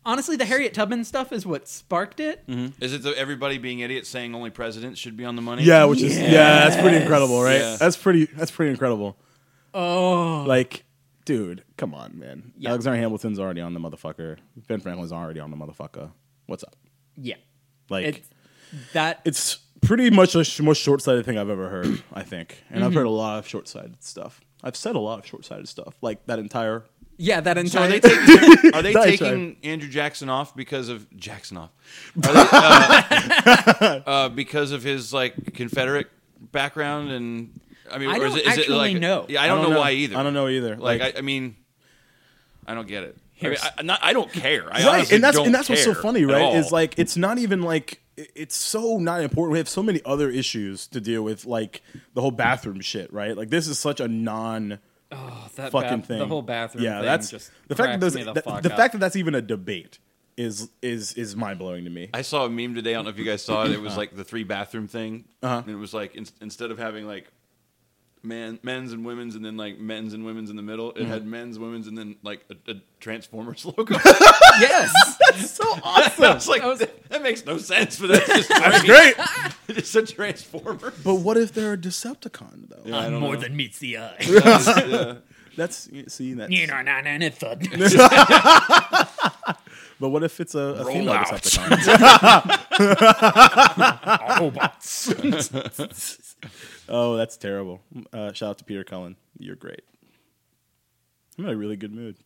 S4: Honestly, the Harriet Tubman stuff is what sparked it.
S2: Mm-hmm.
S3: Is it the everybody being idiots saying only presidents should be on the money?
S2: Yeah, which is yeah, that's pretty incredible, right?
S3: Yeah.
S2: That's pretty. That's pretty incredible.
S4: Oh,
S2: Like, dude, come on, man.
S4: Yeah.
S2: Alexander Hamilton's already on the motherfucker. Ben Franklin's already on the motherfucker. What's up?
S4: yeah.
S2: Like,
S4: It's
S2: it's,
S4: that
S2: pretty much the sh- most short-sighted thing I've ever heard. I think, and
S3: Mm-hmm.
S2: I've heard a lot of short-sighted stuff. I've said a lot of short-sighted stuff, like that entire.
S4: yeah, that
S3: So are
S2: *laughs*
S3: they
S4: entire
S3: taking, are they
S2: Sorry,
S3: taking Andrew Jackson off because of Jackson off? Are they, uh,
S2: *laughs*
S3: uh, because of his like Confederate background and I mean,
S4: I
S3: or is
S4: don't
S3: it, is it
S4: actually
S3: like
S4: know.
S3: Yeah, I don't, know, why either.
S2: I don't know either.
S3: Like, I, I mean, I don't get it. I, mean,
S4: Here's-
S3: I, not, I don't care. I
S2: right
S3: honestly
S2: and that's
S3: don't
S2: and that's what's so
S3: care
S2: funny
S3: at
S2: right
S3: all.
S2: is like it's not even like i- it's so not important we have so many other issues to deal with like the whole bathroom shit right like this is such a non
S4: Oh, that
S2: fucking
S4: bath-
S2: thing
S4: The whole bathroom.
S2: yeah
S4: thing
S2: that's
S4: just
S2: the fact that
S4: cracks
S2: there's-
S4: me the,
S2: the,
S4: fuck
S2: the
S4: up.
S2: fact that that's even a debate is is is mind-blowing to *laughs* me
S3: I saw a meme today. I don't know if you guys saw it. It was
S2: Uh-huh.
S3: like the three bathroom thing, and it was like in, instead of having like man, men's and women's, and then like men's and women's in the middle, it
S2: Mm-hmm.
S3: had men's, women's, and then like a, a Transformers
S2: *laughs*
S3: *laughs* logo.
S4: yes,
S2: so
S4: *laughs*
S2: awesome
S3: I was like,
S4: I was-
S3: that, that makes no sense, but that's
S2: *laughs*
S3: just
S2: that's
S4: *laughs*
S2: great
S3: it's a Transformer. *laughs*
S2: but what if they're a decepticon though
S4: more than meets the eye. *laughs*
S2: that's see that
S4: You know, nah, nah, nah, thud.
S2: *laughs* but what if it's a, a
S3: Roll
S2: female
S3: out.
S4: *laughs*
S2: decepticon
S4: robots.
S2: oh that's terrible uh, shout out to peter cullen you're great i'm in a really good mood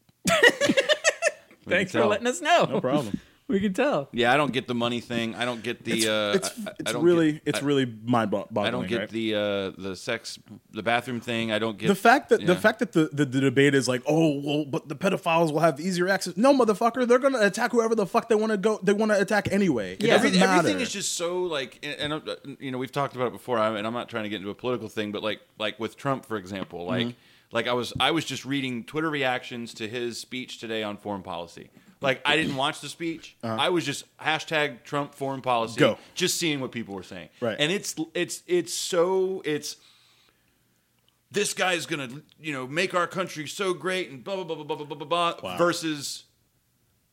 S4: Thanks for
S3: tell.
S4: letting us know. *laughs*
S2: no problem
S4: We can tell.
S3: Yeah, I don't get the money thing. I don't get the. uh,
S2: it's
S3: I- I- I
S2: it's
S3: don't
S2: really
S3: get-
S2: it's
S3: I-
S2: really mind boggling.
S3: I don't get the uh, the sex, the bathroom thing. I don't get
S2: the fact that the
S3: yeah.
S2: fact that the, the, the debate is like, oh well, but the pedophiles will have easier access. No, motherfucker, they're gonna attack whoever the fuck they want to go. They want to attack anyway. It
S4: Yeah.
S2: doesn't
S3: Everything,
S2: matter.
S3: everything is just so like, and, and uh, you know, we've talked about it before, I- and I'm not trying to get into a political thing, but like, like with Trump, for example, like,
S2: Mm-hmm.
S3: like I was, I was just reading Twitter reactions to his speech today on foreign policy. Like, I didn't watch the speech. I was just hashtag Trump foreign policy,
S2: Uh-huh. Go.
S3: just seeing what people were saying.
S2: Right.
S3: and it's it's it's so it's. This guy's gonna, you know, make our country so great and blah blah blah blah blah blah blah blah.
S2: Wow.
S3: Versus,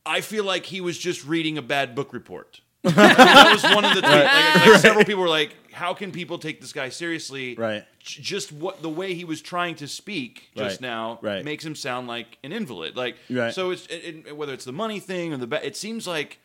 S3: I feel like he was just reading a bad book report. that was one of the like, like, several people were like, "How can people take this guy seriously?"
S2: Right.
S3: J- Just what the way he was trying to speak
S2: Right.
S3: just now
S2: Right.
S3: makes him sound like an invalid. Like,
S2: Right.
S3: so it's it, it- whether it's the money thing or the ba- it seems like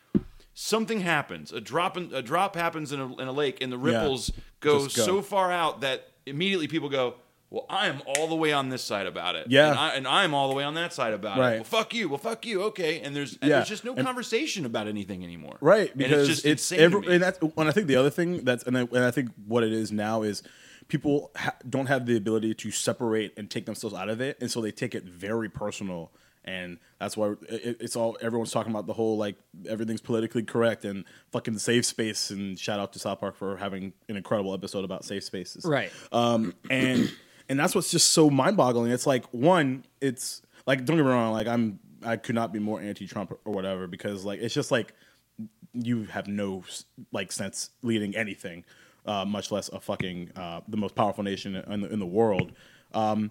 S3: something happens. A drop in, a drop happens in a, in a lake, and the ripples go,
S2: Just go.
S3: so far out that immediately people go. Well, I am all the way on this side about it.
S2: Yeah.
S3: and, I, and I'm all the way on that side about
S2: Right.
S3: it. Well, fuck you. Well, fuck you. Okay, and there's and
S2: Yeah.
S3: there's just no
S2: And-
S3: conversation about anything anymore.
S2: right
S3: And
S2: because
S3: it's just insane.
S2: every-
S3: to me.
S2: and that's and I think the other thing that's and I, and I think what it is now is people ha- don't have the ability to separate and take themselves out of it, and so they take it very personal. And that's why it, it's all everyone's talking about the whole like everything's politically correct and fucking safe space. And shout out to South Park for having an incredible episode about safe spaces,
S4: Right.
S2: um, and and that's what's just so mind boggling. It's like one, it's like don't get me wrong, like I'm I could not be more anti-Trump or whatever because like it's just like you have no like sense leading anything, uh, much less a fucking uh, the most powerful nation in the, in the world. Um,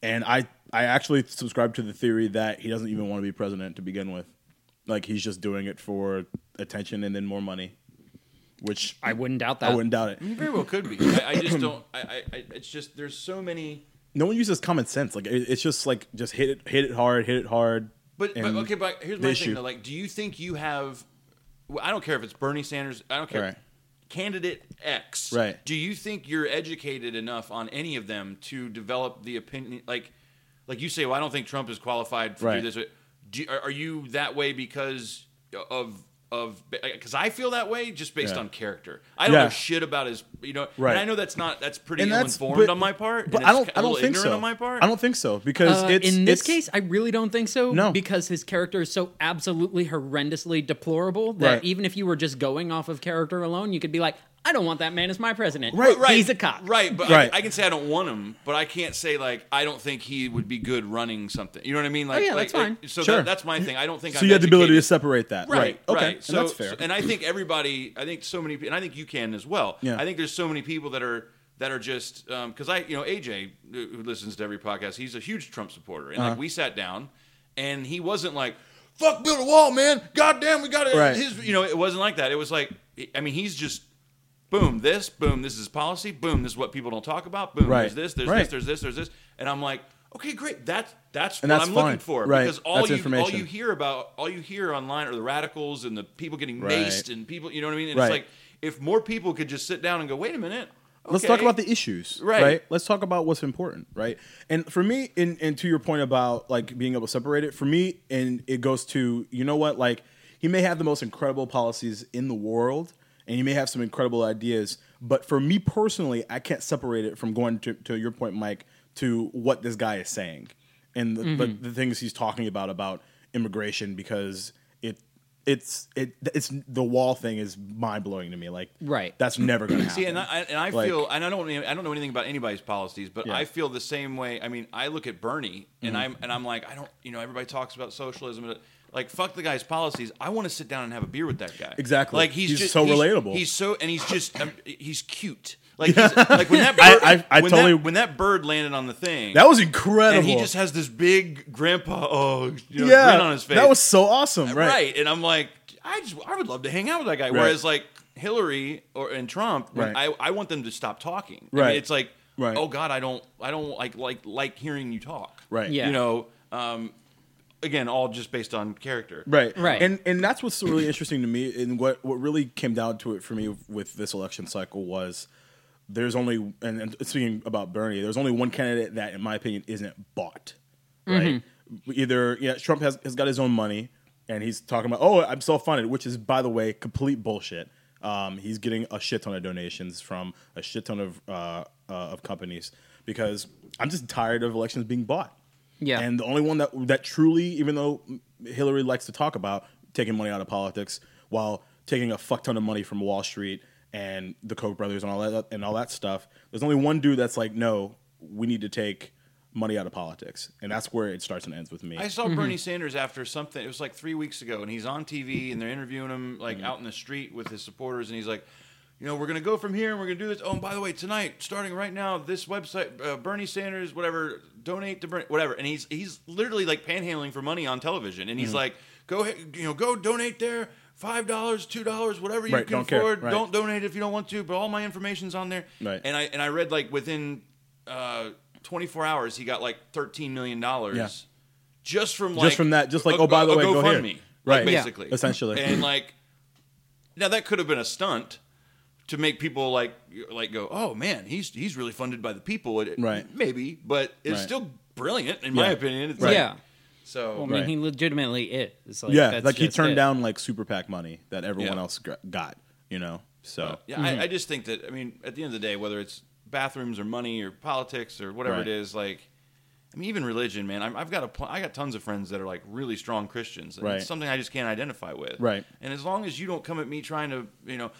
S2: and I I actually subscribe to the theory that he doesn't even want to be president to begin with, like he's just doing it for attention and then more money, which
S4: I wouldn't doubt that.
S2: I wouldn't doubt it.
S3: You very well could be. I, I just don't. I, I, I. It's just there's so many.
S2: no one uses common sense. Like it, it's just like just hit it, hit it hard, hit it hard.
S3: But, but
S2: and
S3: okay, but here's
S2: the
S3: my
S2: issue.
S3: thing though. Like, do you think you have? well, I don't care if it's Bernie Sanders. I don't care.
S2: Right.
S3: candidate X.
S2: Right.
S3: Do you think you're educated enough on any of them to develop the opinion? Like, like you say, well, I don't think Trump is qualified to do
S2: Right.
S3: this. Do you, are, are you that way because of of because I feel that way just based
S2: Yeah.
S3: on character. I don't
S2: Yeah.
S3: know shit about his. You know,
S2: Right.
S3: And I know that's not that's pretty
S2: And
S3: ill
S2: that's
S3: informed
S2: but-
S3: on my part.
S2: But
S3: and
S2: I
S3: it's
S2: don't.
S3: a
S2: I don't
S3: little
S2: think
S3: ignorant
S2: so.
S3: on my part.
S2: I don't think so because
S4: Uh,
S2: it's
S4: in this
S2: it's-
S4: case, I really don't think so.
S2: No.
S4: because his character is so absolutely horrendously deplorable that
S2: Right.
S4: even if you were just going off of character alone, you could be like, "I don't want that man as my president."
S2: Right,
S3: Right.
S4: He's a cop.
S3: Right, but
S2: Right.
S3: I, I can say I don't want him, but I can't say like I don't think he would be good running something. You know what I mean? Like,
S4: Oh, yeah,
S3: like-
S4: that's fine.
S3: like- so
S2: Sure.
S3: that, that's my thing. I don't think
S2: So
S3: I'm
S2: you had the ability to
S3: educated.
S2: separate that. Right.
S3: Right.
S2: Okay.
S3: Right.
S2: And
S3: So
S2: that's fair.
S3: so- and I think everybody. I think so many. pe- And I think you can as well.
S2: Yeah.
S3: I think there's so many people that are that are just because I you know AJ who listens to every podcast. He's a huge Trump supporter, and
S2: Uh-huh.
S3: like we sat down, and he wasn't like. Fuck, build a wall, man. God damn, we got to.
S2: Right.
S3: His, you know, it wasn't like that. It was like, I mean, he's just, boom, this, boom, this is policy, boom, this is what people don't talk about, boom,
S2: Right.
S3: there's this, there's
S2: Right.
S3: this, there's this, there's this, and I'm like, okay, great, that's that's
S2: And
S3: what
S2: that's
S3: I'm
S2: fine.
S3: looking for
S2: Right.
S3: because all
S2: That's
S3: you all
S2: information.
S3: you hear about all you hear online are the radicals and the people getting
S2: Right.
S3: maced and people you know what I mean and
S2: Right.
S3: it's like if more people could just sit down and go wait a minute
S2: Let's
S3: okay,
S2: talk about the issues,
S3: Right.
S2: right. Let's talk about what's important, right? And for me, and, and to your point about like being able to separate it, for me, and it goes to you know what, like he may have the most incredible policies in the world, and he may have some incredible ideas, but for me personally, I can't separate it from going to, to your point, Mike, to what this guy is saying and the,
S3: Mm-hmm.
S2: the, the things he's talking about about immigration because it. It's it it's the wall thing is mind blowing to me. Like
S4: Right.
S2: that's never gonna happen.
S3: See, and I and I
S2: Like-
S3: feel and I don't I don't know anything about anybody's policies, but
S2: Yeah. Mm-hmm.
S3: I feel the same way. I mean, I look at Bernie and I'm and I'm like, I don't, you know, everybody talks about socialism, but like fuck the guy's policies. I want to sit down and have a beer with that guy.
S2: Exactly.
S3: Like he's,
S2: He's
S3: just
S2: so
S3: he's-
S2: relatable.
S3: He's so and he's just um, he's
S2: *laughs*
S3: cute. Like he's, like when that bird,
S2: I- I- I
S3: when
S2: totally-
S3: that, when that bird landed on the thing.
S2: That was incredible.
S3: and he just has this big grandpa oh you know,
S2: yeah,
S3: grin on his face.
S2: That was so awesome, right?
S3: right. And I'm like, I just I would love to hang out with that guy. Whereas like Hillary or and Trump, when
S2: Right.
S3: I I want them to stop talking. I mean,
S2: Right.
S3: it's like,
S2: Right.
S3: oh God, I don't I don't like like like hearing you talk.
S2: Right.
S4: Yeah.
S3: You know. Um, again, all just based on character.
S2: Right,
S4: Right.
S2: and and that's what's really interesting to me, and what what really came down to it for me with this election cycle was there's only, and, and speaking about Bernie, there's only one candidate that, in my opinion, isn't bought. Right,
S4: Mm-hmm.
S2: either yeah, Trump has has got his own money, and he's talking about oh, I'm self funded, which is by the way complete bullshit. Um, he's getting a shit ton of donations from a shit ton of uh, uh, of companies because I'm just tired of elections being bought.
S4: Yeah.
S2: And the only one that that truly, even though Hillary likes to talk about taking money out of politics while taking a fuck ton of money from Wall Street and the Koch brothers and all that and all that stuff, there's only one dude that's like, no, we need to take money out of politics, and that's where it starts and ends with me.
S3: I saw Bernie Sanders after something. It was like three weeks ago, and he's on TV, and they're interviewing him
S2: Mm-hmm.
S3: like out in the street with his supporters, and he's like, "You know, we're gonna go from here, and we're gonna do this. Oh, and by the way, tonight, starting right now, this website, uh, Bernie Sanders, whatever, donate to Bernie, whatever." And he's he's literally like panhandling for money on television, and he's
S2: Mm-hmm.
S3: like, "Go, ahead, you know, go donate there." Five dollars, two dollars, whatever you
S2: Right,
S3: can
S2: don't care,
S3: afford.
S2: right.
S3: Don't donate if you don't want to. But all my information's on there.
S2: Right.
S3: And I and I read like within uh, 24 hours he got like 13 million dollars
S2: Yeah.
S3: just from like
S2: Just from that, just like,
S3: a-
S2: oh, by the
S3: a
S2: way, go here.
S3: GoFundMe, like,
S2: Right. Yeah.
S3: basically,
S2: Essentially.
S3: and like now that could have been a stunt to make people like like go, oh man, he's he's really funded by the people, It-
S2: Right.
S3: Maybe, but it's
S2: Right.
S3: still brilliant in my
S2: Yeah.
S3: opinion. It's
S2: Right.
S3: like-
S4: Yeah.
S3: so
S4: I mean,
S2: Right.
S4: he legitimately is. Like,
S2: yeah,
S4: that's
S2: like he
S4: just
S2: turned
S4: it.
S2: down like super PAC money that everyone
S3: Yeah.
S2: else gr- got, you know. So mm-hmm.
S3: Yeah, I, I just think that I mean, at the end of the day, whether it's bathrooms or money or politics or whatever
S2: Right.
S3: it is, like, I mean, even religion, man. I'm, I've got a pl- I got tons of friends that are like really strong Christians, and
S2: Right.
S3: it's something I just can't identify with,
S2: Right.
S3: And as long as you don't come at me trying to, you know.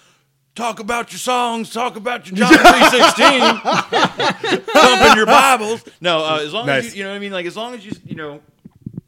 S3: Talk about your songs. Talk
S2: *laughs*
S3: about your John three sixteen. Thumping your Bibles. No, uh, as long as
S2: Nice.
S3: you, you know what I mean. Like as long as you, you know,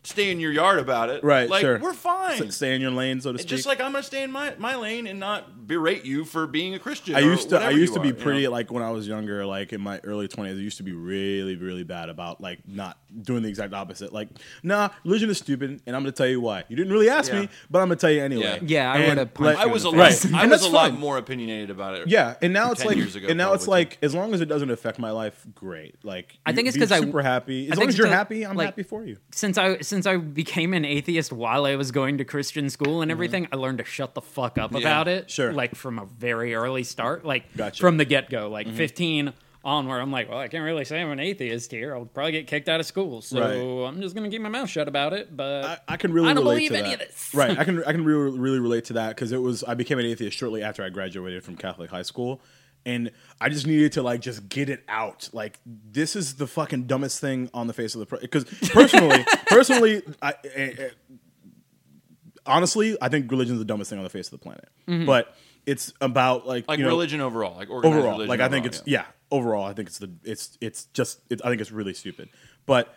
S3: stay in your yard about it.
S2: right,
S3: Like
S2: sure,
S3: we're fine.
S2: S- stay in your lane, so to
S3: It's
S2: speak.
S3: just like I'm gonna stay in my, my lane and not berate you for being a Christian.
S2: I
S3: or
S2: used to I
S3: whatever
S2: used
S3: you
S2: to be
S3: are, you
S2: pretty
S3: know?
S2: like when I was younger, like in my early twenties, I used to be really, really bad about like not doing the exact opposite. Like, nah, religion is stupid, and I'm gonna tell you why. You didn't really ask
S3: Yeah.
S2: me, but I'm gonna tell you anyway.
S3: Yeah.
S4: Yeah, I
S2: And,
S4: would've
S2: like,
S4: punched
S3: I was a lot
S2: Right. *laughs*
S3: I
S2: And
S3: was
S2: that's
S3: a lot
S2: fine.
S3: more opinionated about it.
S2: Yeah, and now it's
S3: 10
S2: like,
S3: years ago,
S2: and now it's
S3: probably,
S2: like, as long as it doesn't affect my life, great. Like,
S4: I
S2: you-
S4: think it's
S2: be
S4: 'cause I-
S2: super happy.
S4: I
S2: As
S4: think
S2: long
S4: it's
S2: as you're
S4: 'cause,
S2: happy, I'm
S4: like-
S2: happy for you.
S4: Since I since I became an atheist while I was going to Christian school and everything, I learned to shut the fuck up about it.
S2: Mm-hmm. Sure.
S4: like from a very early start, like
S2: Gotcha. Mm-hmm.
S4: from the get go, like 15 onward. I'm like, well, I can't really say I'm an atheist here. I'll probably get kicked out of school, so
S2: Right.
S4: I'm just gonna keep my mouth shut about it. But
S2: I, I can really
S4: I don't
S2: relate
S4: believe
S2: to
S4: any
S2: that.
S4: of this. *laughs*
S2: right. I can I can really really relate to that because it was I became an atheist shortly after I graduated from Catholic high school, and I just needed to like just get it out. Like this is the fucking dumbest thing on the face of the because
S4: *laughs*
S2: personally personally I. I, I Honestly, I think religion's the dumbest thing on the face of the planet.
S4: Mm-hmm.
S2: But it's about like
S3: Like
S2: you know,
S3: religion overall, like organized
S2: overall
S3: religion
S2: like i think
S3: overall,
S2: it's yeah. overall i think it's the it's it's just it, i think it's really stupid but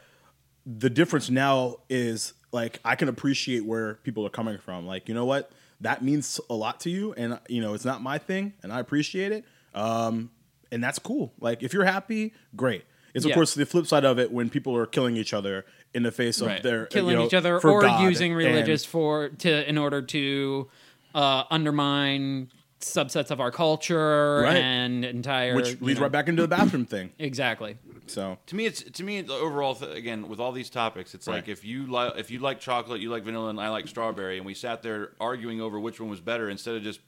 S2: the difference now is like i can appreciate where people are coming from like you know what that means a lot to you and you know it's not my thing and i appreciate it um and that's cool like if you're happy great it's of
S4: Yeah.
S2: course the flip side of it when people are killing each other in the face
S3: Right.
S2: of their
S4: killing
S2: you know,
S4: each other
S2: for
S4: or
S2: God
S4: using
S2: and-
S4: religious for to in order to uh, undermine subsets of our culture
S2: Right.
S4: and entire
S2: which
S4: you
S2: leads
S4: know-
S2: right back into the bathroom
S4: *laughs*
S2: thing
S4: exactly
S2: so
S3: to me it's to me the overall th- again with all these topics it's like
S2: Right.
S3: if you like if you like chocolate you like vanilla and i like strawberry and we sat there arguing over which one was better instead of just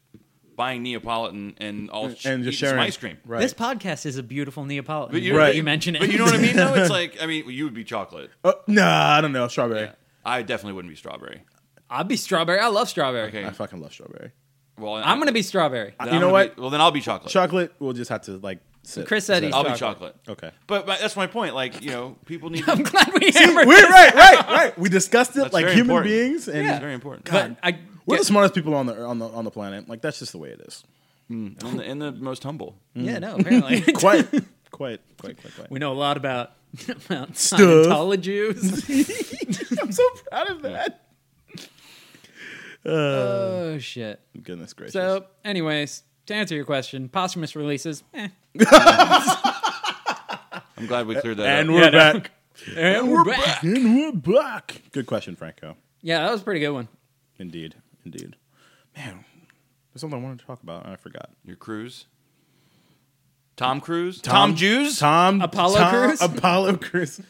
S3: buying neapolitan and all sh-
S2: and just
S3: eating some
S2: sharing
S3: ice cream
S2: right
S4: this podcast is a beautiful neapolitan
S3: But
S4: you,
S3: you-
S2: Right.
S4: you mention it
S3: but you know what i mean though
S2: *laughs*
S3: it's like i mean you would be chocolate
S2: Uh, nah i don't know strawberry
S3: i definitely wouldn't be strawberry
S4: *laughs* i'd be strawberry i love strawberry
S3: okay
S2: i fucking love strawberry
S3: well
S4: i'm gonna be strawberry
S3: then
S2: you
S3: I'm
S2: know
S3: gonna
S2: what?
S3: be- well then i'll be chocolate
S2: Chocolate, we'll just have to like sit.
S4: Chris said
S2: Is
S4: he's-
S2: that-
S3: i'll be
S4: Chocolate.
S3: chocolate
S2: okay. *laughs*
S3: but, but that's my point like you know people need
S4: *laughs* *laughs* i'm glad we hammered
S2: We're
S4: this.
S2: right, right, right. We discussed it
S3: That's
S2: like
S3: very
S2: human
S3: important.
S2: beings, and
S3: it's very important
S4: but i
S2: we're the
S4: get-
S2: smartest people on the on the on the planet. Like that's just the way it is.
S3: and, the, and the most humble
S4: yeah no apparently
S3: *laughs*
S4: *laughs*
S2: Quite, quite, quite, quite, quite.
S4: we know a lot about *laughs* about
S2: Stuff.
S3: *laughs*
S4: Scientologists.
S2: I'm so proud of that.
S4: oh shit
S2: Goodness gracious.
S4: So, anyways, to answer your question, posthumous releases. Eh.
S3: i'm glad we cleared that
S2: and
S3: up
S2: we're
S4: Yeah, no.
S2: back.
S4: *laughs*
S2: And we're back. Good question, Franco.
S4: Yeah, that was a pretty good one. *laughs*
S2: Indeed, indeed. Man, there's something I wanted to talk about and I forgot.
S3: your cruise tom cruise
S2: Tom-
S3: Cruise.
S2: Tom
S4: Apollo
S2: Tom-
S4: Crews?
S2: Apollo Crews.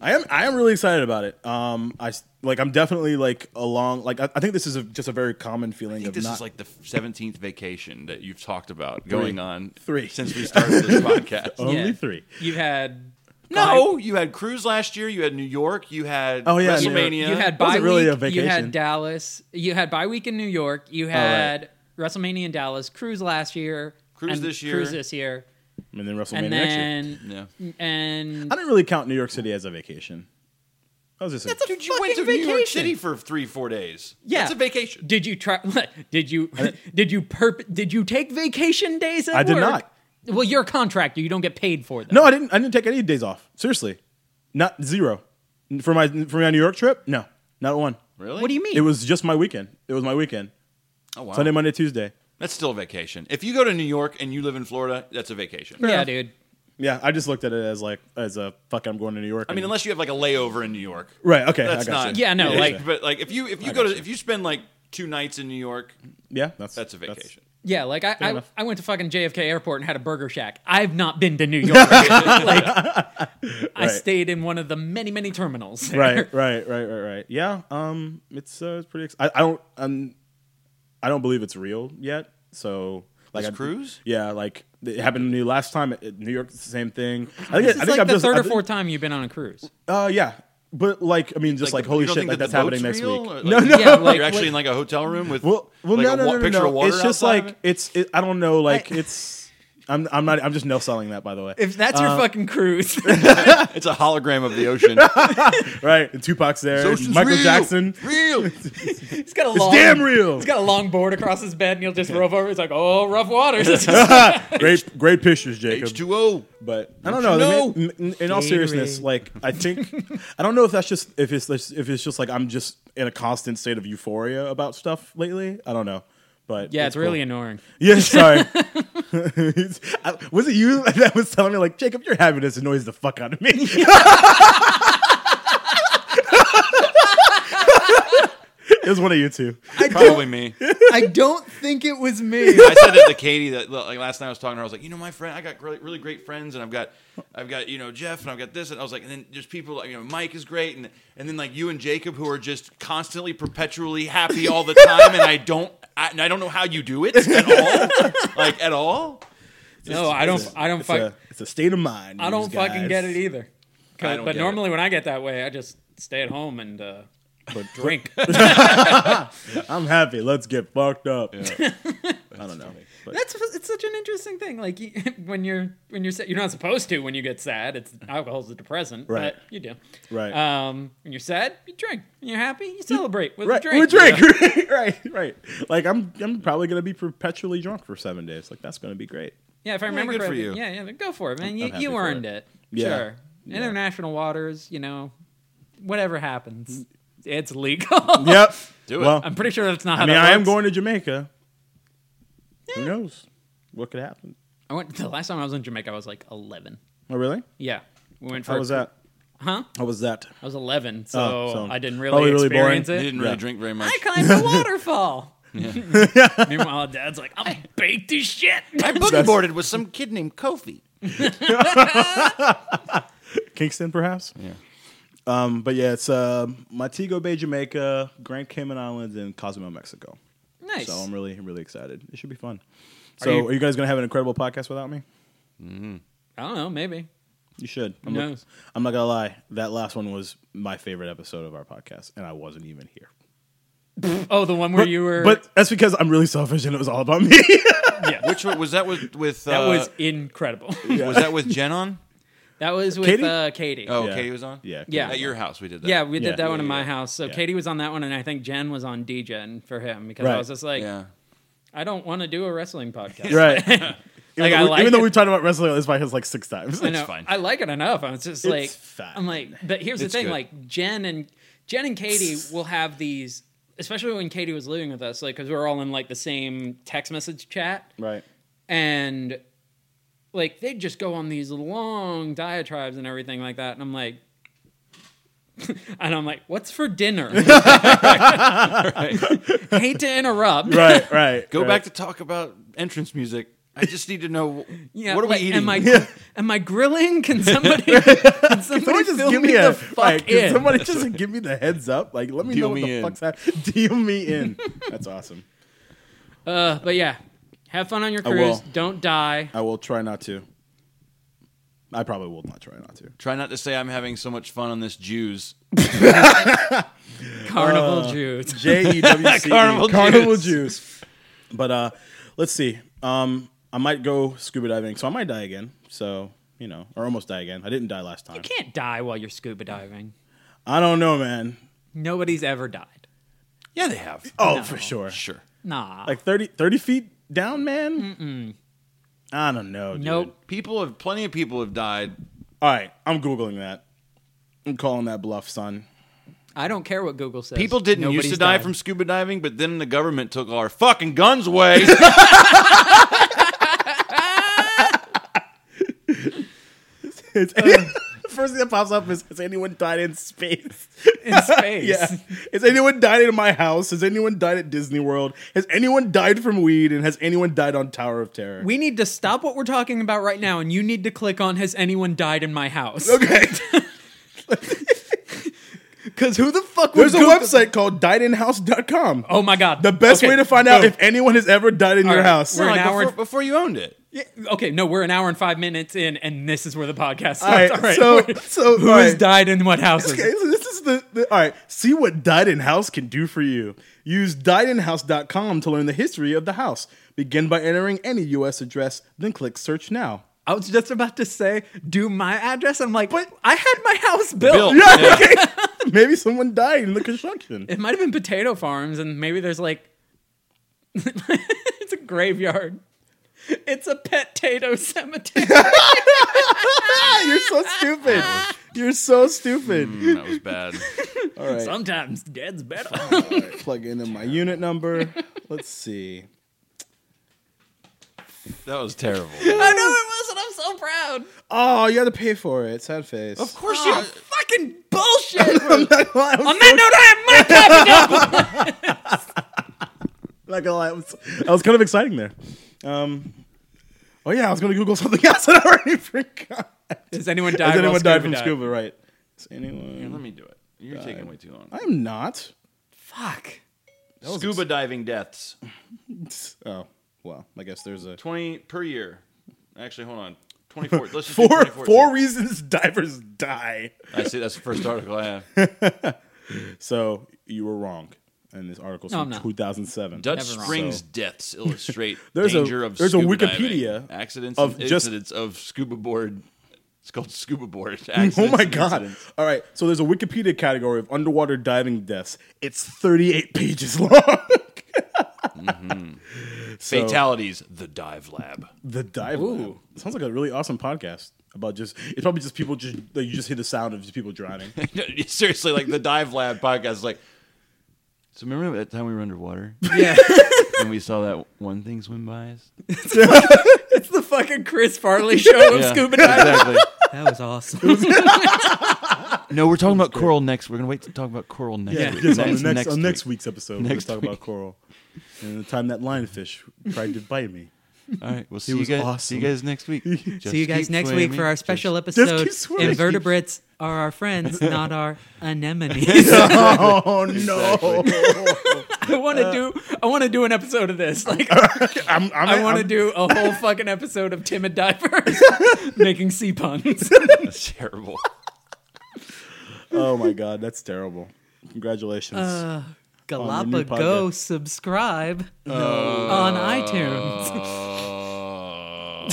S2: I am I am really excited about it. Um, I s- like I'm definitely like along like I, I think this is a, just a very common feeling
S3: I think
S2: of
S3: this
S2: not
S3: is like the seventeenth vacation that you've talked about going on
S2: Three. Oh
S3: since we
S2: *laughs*
S3: started this podcast.
S2: only
S4: Yeah.
S2: three.
S4: You had
S3: No, you had cruise last year. You had New York. You had
S2: Oh, yeah, New York.
S3: WrestleMania.
S4: you had bye
S2: Wasn't
S4: week.
S2: really a
S4: You had
S2: vacation.
S4: Dallas. You had bye week in New York. You had WrestleMania in Dallas. Cruise last year.
S3: Cruise
S4: and
S3: this year.
S4: Cruise this year.
S2: And then WrestleMania
S4: And
S2: next year.
S4: then
S3: yeah.
S4: and
S2: I didn't really count New York City as a vacation. That was just a,
S3: Dude, you went to
S4: fucking
S3: New York
S4: vacation.
S3: City for three, four days.
S4: yeah,
S3: it's a vacation.
S4: Did you try? *laughs* Did you did you perp? Did you take vacation days? At
S2: I did
S4: work?
S2: not.
S4: Well, you're a contractor. You don't get paid for them.
S2: No, I didn't I didn't take any days off. Seriously. Not zero. For my for my New York trip? No. Not one.
S3: Really?
S4: What do you mean?
S2: It was just my weekend. It was my weekend.
S3: Oh wow,
S2: Sunday, Monday, Tuesday.
S3: that's still a vacation. If you go to New York and you live in Florida, that's a vacation.
S4: yeah, dude.
S2: Yeah, I just looked at it as like as a fuck I'm going to New York.
S3: I mean, unless you have like a layover in New York,
S2: Right, okay.
S3: That's
S2: I got
S3: not.
S2: you.
S4: Yeah, no, like-
S3: but like if you if you
S2: I
S3: go to
S2: gotcha.
S3: if you spend like two nights in New York,
S2: Yeah, that's
S3: that's
S2: *laughs*
S3: a vacation.
S4: Yeah, like I, I,
S2: enough.
S4: I went to fucking JFK Airport and had a Burger Shack. I've not been to
S2: *laughs*
S4: New York. like I
S2: Right.
S4: stayed in one of the many many
S3: *laughs*
S4: terminals.
S2: right, right, right, right, right. Yeah, um, it's uh, it's pretty. Ex- I, I don't, um, I don't believe it's real yet. So like
S3: This
S2: I-
S3: cruise?
S2: yeah, like it happened to me last time. At New York, it's the same thing. I think, I
S4: This
S2: think
S4: is like
S2: I'm
S4: the
S2: just
S4: third
S2: I
S4: or
S2: think-
S4: fourth time you've been on a cruise.
S2: Uh, yeah, but like I mean, just like,
S3: the-
S2: holy
S3: you don't
S2: shit,
S3: think
S2: like
S3: that
S2: that's
S3: the
S2: happening
S3: boat's
S2: next
S3: real?
S2: week.
S3: Or,
S2: no,
S3: like-
S2: no,
S4: Yeah, like-
S3: You're actually in like a hotel room with
S2: well, well,
S3: like
S2: no,
S3: a
S2: no,
S3: wa-
S2: no, no,
S3: picture
S2: no.
S3: of water
S2: It's just
S3: outside of
S2: like
S3: it?
S2: it's. It, I don't know.
S3: *laughs*
S2: Like it's. I'm. I'm not. I'm just no selling that. By the way,
S4: If that's
S2: Uh,
S4: your fucking cruise, *laughs*
S3: *laughs* It's a
S2: *laughs*
S3: hologram of the ocean.
S2: right? And Tupac's there.
S3: Ocean's
S2: Michael
S3: real, *laughs*
S2: Jackson. *laughs*
S3: Real.
S4: it's got a long,
S2: damn real.
S4: It's got a long board across his bed, and he'll just rove over. He's like, "Oh, rough *laughs* waters."
S2: Great, great pictures, Jacob.
S3: H2O.
S2: But I don't
S3: you
S2: know.
S3: know?
S2: I mean, in- in all
S4: Gatorade.
S2: seriousness, like I think *laughs* I don't know if that's just if it's if it's just like I'm just in a constant state of euphoria about stuff lately. I don't know. But
S4: yeah, it's really
S2: cool.
S4: annoying.
S2: *laughs* yeah.
S4: *laughs*
S2: Sorry, *laughs* I- was it you *laughs* that was telling me like Jacob, your happiness annoys the fuck out of me? *laughs* it was one of you two.
S3: Probably me.
S4: I don't think it was me.
S3: I said that to Katie that like last night I was talking to her. I was like, you know, my friend, I got really, really great friends, and I've got, I've got you know Jeff, and I've got this, and I was like, and then just people like you know Mike is great, and and then like you and Jacob who are just constantly, perpetually happy all the time, and I don't. I, I don't know how you do it at all. like at all.
S4: No, I don't. I don't.
S2: It's,
S4: Fuck,
S2: a, it's a state of mind.
S4: I don't
S2: these
S4: fucking
S2: guys.
S4: get it either. 'Cause-
S3: I don't
S4: But
S3: get
S4: normally when I get that way, I just stay at home and uh, *laughs*
S2: *laughs*
S4: drink.
S2: I'm happy. Let's get fucked up. *laughs* I don't know. But
S4: That's it's such an interesting thing. Like you, *laughs* when you're when you're sad, you're not supposed to when you get sad. It's alcohol's a depressant,
S2: Right.
S4: But you do.
S2: right.
S4: Um, when you're sad, you drink. When you're happy, you celebrate with a
S2: Right,
S4: drink.
S2: with a drink. *laughs* right, right. Like I'm, I'm probably gonna be perpetually drunk for seven days. Like that's gonna be great.
S4: Yeah, if I remember
S3: good for
S4: correctly.
S3: you.
S4: Yeah, yeah, go for it, man. You,
S2: happy
S4: you
S2: for
S4: earned it.
S2: it. Yeah.
S4: Sure.
S2: Yeah.
S4: International waters, you know, whatever
S2: Mm.
S4: happens, it's
S2: *laughs*
S4: legal.
S2: Yep.
S3: *laughs* Do it.
S2: Well,
S4: I'm pretty sure that's not.
S2: I mean,
S4: how that
S2: I am
S4: works.
S2: going to Jamaica. Who knows what could happen?
S4: I went the last time I was in Jamaica. I was like 11.
S2: Oh, really?
S4: Yeah, we went for
S2: How was that?
S4: Huh?
S2: How was that?
S4: I was 11, so,
S2: Oh, so
S4: I didn't really
S2: probably really boring.
S4: experience
S3: You
S4: it.
S3: didn't really
S2: Yeah.
S3: drink very much.
S4: I climbed
S2: *laughs*
S4: the waterfall. *laughs* Meanwhile, Dad's like, I'm baked as shit.
S3: I
S4: *laughs*
S3: boogie
S2: That's-
S3: boarded with some kid named Kofi.
S2: Kingston, perhaps.
S3: Yeah.
S2: Um, but yeah, it's uh, Montego Bay, Jamaica, Grand Cayman Islands, and Cozumel, Mexico.
S4: Nice.
S2: So I'm really, really excited. It should be fun.
S4: Are
S2: So,
S4: you-
S2: are you guys gonna have an incredible podcast without me?
S4: I don't know, maybe.
S2: You should. I'm,
S4: Who
S2: not-
S4: knows?
S2: I'm not gonna lie. That last one was my favorite episode of our podcast, and I wasn't even here.
S4: Oh, the one where you were.
S2: But that's because I'm really selfish, and it was all about
S4: *laughs*
S2: me.
S4: yeah,
S3: Which one- was that with with uh,
S4: that was
S2: *laughs*
S4: incredible.
S3: was that with Jen on?
S4: that was with
S2: Katie?
S4: Uh, Katie.
S3: Oh,
S2: Yeah.
S3: Katie was on.
S2: yeah.
S4: Yeah.
S3: At your house, we did that.
S4: Yeah, we did
S2: Yeah.
S4: that one in
S2: Yeah,
S4: my
S2: yeah.
S4: house. So
S2: Yeah.
S4: Katie was on that one, and I think Jen was on DGen for him because I
S2: Right.
S4: was just like,
S3: yeah.
S4: I don't want to do a wrestling podcast.
S2: Right. *laughs* even
S4: Like,
S2: though,
S4: I
S2: we,
S4: like
S2: even though
S4: it.
S2: we've talked about wrestling on this podcast like six times.
S4: I know.
S3: fine.
S4: I like it enough. I was just like,
S2: fine.
S4: I'm like, but here's
S3: It's
S4: the thing:
S3: good.
S4: like Jen and Jen
S2: *laughs*
S4: and Katie will have these, especially when Katie was living with us, like because we were all in like the same text message chat,
S2: Right.
S4: and like they'd just go on these long diatribes and everything like that, and I'm like. *laughs* And I'm like, what's for dinner? *laughs* Hate to interrupt.
S2: Right. Right.
S3: Go
S2: right.
S3: back to talk about entrance music. I just need to *laughs* know
S4: Yeah,
S3: what are
S4: like,
S3: we eating?
S4: Am I, am I grilling? Can somebody, can somebody
S2: Somebody
S4: just
S2: just give
S4: me,
S2: me a
S4: the fuck
S2: like, *laughs* can
S4: in?
S2: Somebody just give me the heads up. Like, let me know
S3: Deal
S2: what
S3: me
S2: the
S3: in.
S2: fuck's happening. *laughs* Deal me in. That's awesome.
S4: Uh, but yeah, have fun on your
S2: I will.
S4: cruise. Don't die.
S2: I will try not to. I probably will not try not to.
S3: Try not to say I'm having so much fun on this Jews.
S4: Carnival Jews.
S2: *laughs* J E W C E
S3: Carnival
S2: Carnival
S3: juice.
S2: juice. But uh, let's see. Um, I might go scuba diving, so I might die again. So you know, or almost die again. I didn't die last time.
S4: You can't die while you're scuba diving.
S2: I don't know, man.
S4: Nobody's ever died.
S3: Yeah, they have.
S2: Oh, for sure.
S3: Sure.
S4: Nah.
S2: Like 30, 30 feet down, man. Mm-mm. I don't know. Dude.
S4: nope.
S3: People have plenty of people have died.
S2: All right, I'm googling that. I'm calling that bluff, son.
S4: I don't care what Google says.
S3: People didn't
S4: Nobody's
S3: used to die
S4: died.
S3: from scuba diving, but then the government took all our fucking guns *laughs* away.
S2: It's, *laughs* first thing that pops up is: Has anyone died in space?
S4: *laughs* in space.
S2: Yeah. Has anyone died at my house? Has anyone died at Disney World? Has anyone died from weed? And has anyone died on Tower of Terror?
S4: We need to stop what we're talking about right now, and you need to click on Has anyone died in my house?
S2: *laughs*
S4: *laughs*
S2: okay.
S4: Because who the fuck would
S2: There's a
S4: Google-
S2: website called diedinhouse.com.
S4: Oh my God.
S2: The best
S4: Okay,
S2: way to find out
S4: boom.
S2: if anyone has ever died in
S4: All
S2: your
S4: right,
S2: house.
S4: We're an
S3: like
S4: hour
S3: before,
S4: and-
S3: before you owned it.
S4: Okay, no, we're an hour and five minutes in, and this is where the podcast starts.
S2: All right, so
S4: *laughs*
S2: so
S4: who
S2: all
S4: has
S2: right.
S4: died in what
S2: *laughs*
S4: houses?
S2: Okay, so this is the, the all right. See what Died in House can do for you. Use diedinhouse.com to learn the history of the house. Begin by entering any U.S. address, then click search now.
S4: I was just about to say, do my address. I'm like, but I had my house built.
S3: Built.
S2: Yeah, *laughs* okay. Maybe someone died in the construction.
S4: It might have been potato farms, and maybe there's like, *laughs* it's a graveyard. It's a pet tato *laughs* cemetery.
S2: *laughs* You're so stupid. You're so stupid.
S3: Mm, that was *laughs* bad.
S2: Hmm. All right,
S4: Sometimes dead's better.
S2: *laughs* plug in my unit number. Let's see.
S3: That was terrible.
S4: *laughs*
S3: *laughs*
S4: I know it was, and I'm so proud.
S2: Oh, you had to pay for it. Sad face.
S3: Of course
S4: Oh, fucking bullshit.
S2: Ah. *laughs* I'm not gonna lie, I'm
S4: On that note, I have my cup.
S2: *laughs* Not gonna lie, I was, I was kind of exciting there. Um, oh yeah, I was gonna Google something *laughs* else and I already forgot.
S4: Has anyone died?
S2: Has anyone died from
S4: died?
S2: scuba? Right. Is
S3: Let
S2: anyone?
S3: me do it. You're taking way too long.
S2: I'm not.
S4: Fuck.
S3: Scuba diving deaths.
S2: Oh, well, I guess there's a
S3: Twenty per year. Actually, hold *laughs* on. Twenty four. Let's just do
S2: four
S3: 24.
S2: four reasons *laughs* divers die.
S3: I see. That's the first article I have.
S2: So you were wrong, and this article's
S4: No, I'm
S2: from
S4: not.
S2: 2007.
S3: Dutch
S4: Never wrong.
S3: Springs deaths illustrate
S2: *laughs* There's a-
S3: danger of
S2: there's a
S3: scuba
S2: Wikipedia
S3: diving. accidents
S2: of
S3: and
S2: just-
S3: incidents of scuba board. It's called scuba board. *laughs*
S2: Oh
S3: accidents
S2: my
S3: and
S2: god!
S3: incidents.
S2: All right, so there's a Wikipedia category of underwater diving deaths. It's 38 pages *laughs* long. So-
S3: Fatalities. The dive lab. *laughs*
S2: The dive.
S4: Ooh.
S2: Lab. Sounds like a really awesome podcast about just. It's probably just people just like you just hear the sound of just people drowning.
S3: Seriously, like the dive lab podcast is like. So remember that time we were underwater
S4: Yeah,
S3: *laughs* and we saw that one thing swim by us?
S4: it's the fucking Chris Farley show of
S3: Yeah,
S4: scuba diving.
S3: Exactly.
S4: That was awesome.
S3: *laughs* No, we're talking about coral next. We're gonna wait to talk about coral next.
S2: Yeah,
S3: week.
S2: because on
S3: That's
S2: the next, on next
S3: week.
S2: week's episode,
S3: Next
S2: we're gonna talk about coral and the time that lionfish tried to bite me. *laughs*
S3: All right, we'll see you
S2: was
S3: guys. See
S2: awesome.
S3: you guys
S2: *laughs*
S3: next week. Just
S4: See you guys
S3: keep
S4: next week
S3: swimming.
S4: for our
S3: Just-
S4: special
S2: Just
S4: episode.
S2: keep swimming.
S4: Invertebrates are
S2: *laughs*
S4: our friends, not our *laughs* anemones.
S2: oh no!
S4: I want to do. I want to do an episode of this. Like,
S2: *laughs* I'm, I'm,
S4: I want to
S2: I'm-
S4: do a whole fucking episode of timid
S2: *laughs*
S4: divers making sea puns.
S3: *laughs* That's terrible.
S2: Oh my god, that's terrible! Congratulations.
S4: Galapagos,
S2: podcast. Uh,
S4: subscribe on iTunes.
S3: Oh,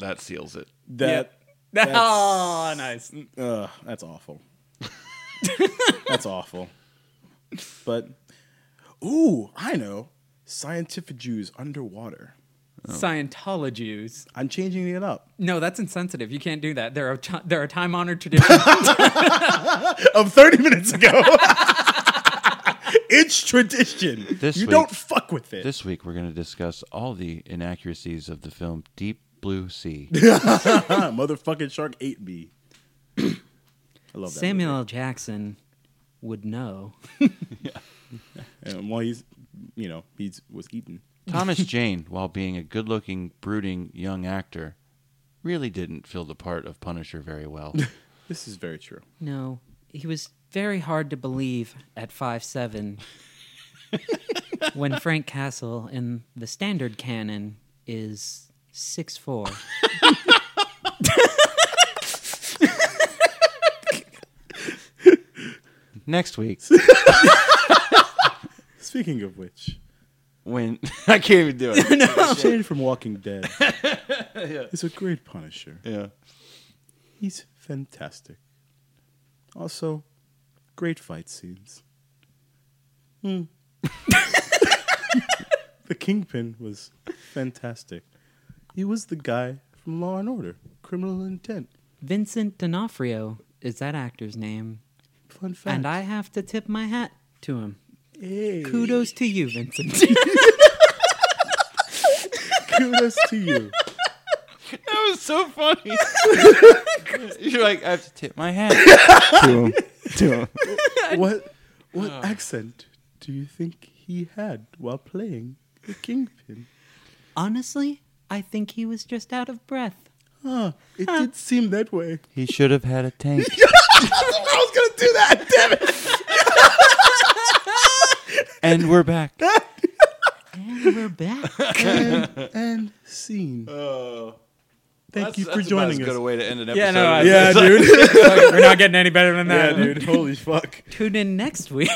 S3: that seals it.
S2: that
S4: oh, nice.
S2: Ugh, that's
S3: *laughs*
S2: awful. that's awful. But ooh, I know scientific Jews underwater.
S4: Oh. Scientologies.
S2: I'm changing it up.
S4: No, that's insensitive. You can't do that. There are ti- there are time honored traditions.
S2: Of 30 minutes
S3: *laughs*
S2: ago. it's tradition.
S3: This
S2: you
S3: week-
S2: don't fuck with it.
S3: This week we're going to discuss all the inaccuracies of the film Deep
S2: *laughs*
S3: Blue Sea.
S2: Ah, motherfucking shark ate me. *coughs* I love that.
S4: *laughs* Samuel L. Jackson would know.
S2: movie. And while he's, you know, he's was eaten.
S3: Thomas Jane, while being a good-looking, brooding young actor, really didn't fill the part of Punisher
S2: *laughs*
S3: very well.
S2: This is very true.
S4: No, he was very hard to believe at five seven. when Frank Castle in the standard canon is six four.
S2: *laughs*
S3: Next week,
S2: Speaking of
S3: *laughs*
S2: which,
S3: when I can't even do
S2: *laughs*
S3: it.
S2: Shane from Walking
S3: *laughs*
S2: Dead is a great Punisher.
S3: Yeah.
S2: He's fantastic. Also, great fight scenes.
S4: Hmm.
S2: *laughs* the Kingpin was fantastic. He was the guy from Law and Order, Criminal Intent.
S4: Vincent D'Onofrio is that actor's name,
S2: Fun fact.
S4: and I have to tip my hat to him.
S2: hey,
S4: Kudos to you, Vincent.
S2: kudos to you.
S3: That was so funny.
S2: *laughs*
S3: You're like, I have to tip my hat.
S2: What what
S4: Oh.
S2: accent do you think he had while playing the Kingpin?
S4: Honestly, I think he was just out of breath.
S2: Huh, it did seem that way.
S3: He should have had a tank.
S2: *laughs* I was gonna do that, damn it!
S3: And
S2: *laughs*
S3: we're back.
S4: And *laughs* we're back.
S2: and, and scene. Thank you for joining us.
S3: way to end an episode.
S4: Yeah, no, I-
S2: Yeah, dude.
S4: We're not getting any better
S2: *laughs*
S4: than
S2: yeah, dude. Holy fuck.
S4: Tune in next *laughs* week.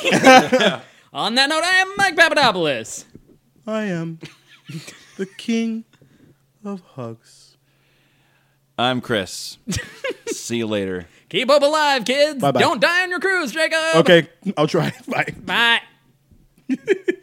S4: On that note, I am Mike Papadopoulos.
S2: I *laughs* am the king of hugs.
S3: I'm Chris. See you
S4: *laughs*
S3: later.
S4: Keep hope alive, kids.
S2: Bye-bye. *laughs*
S4: Don't die on your cruise, Jacob.
S2: Okay, I'll try. Bye.
S4: Bye.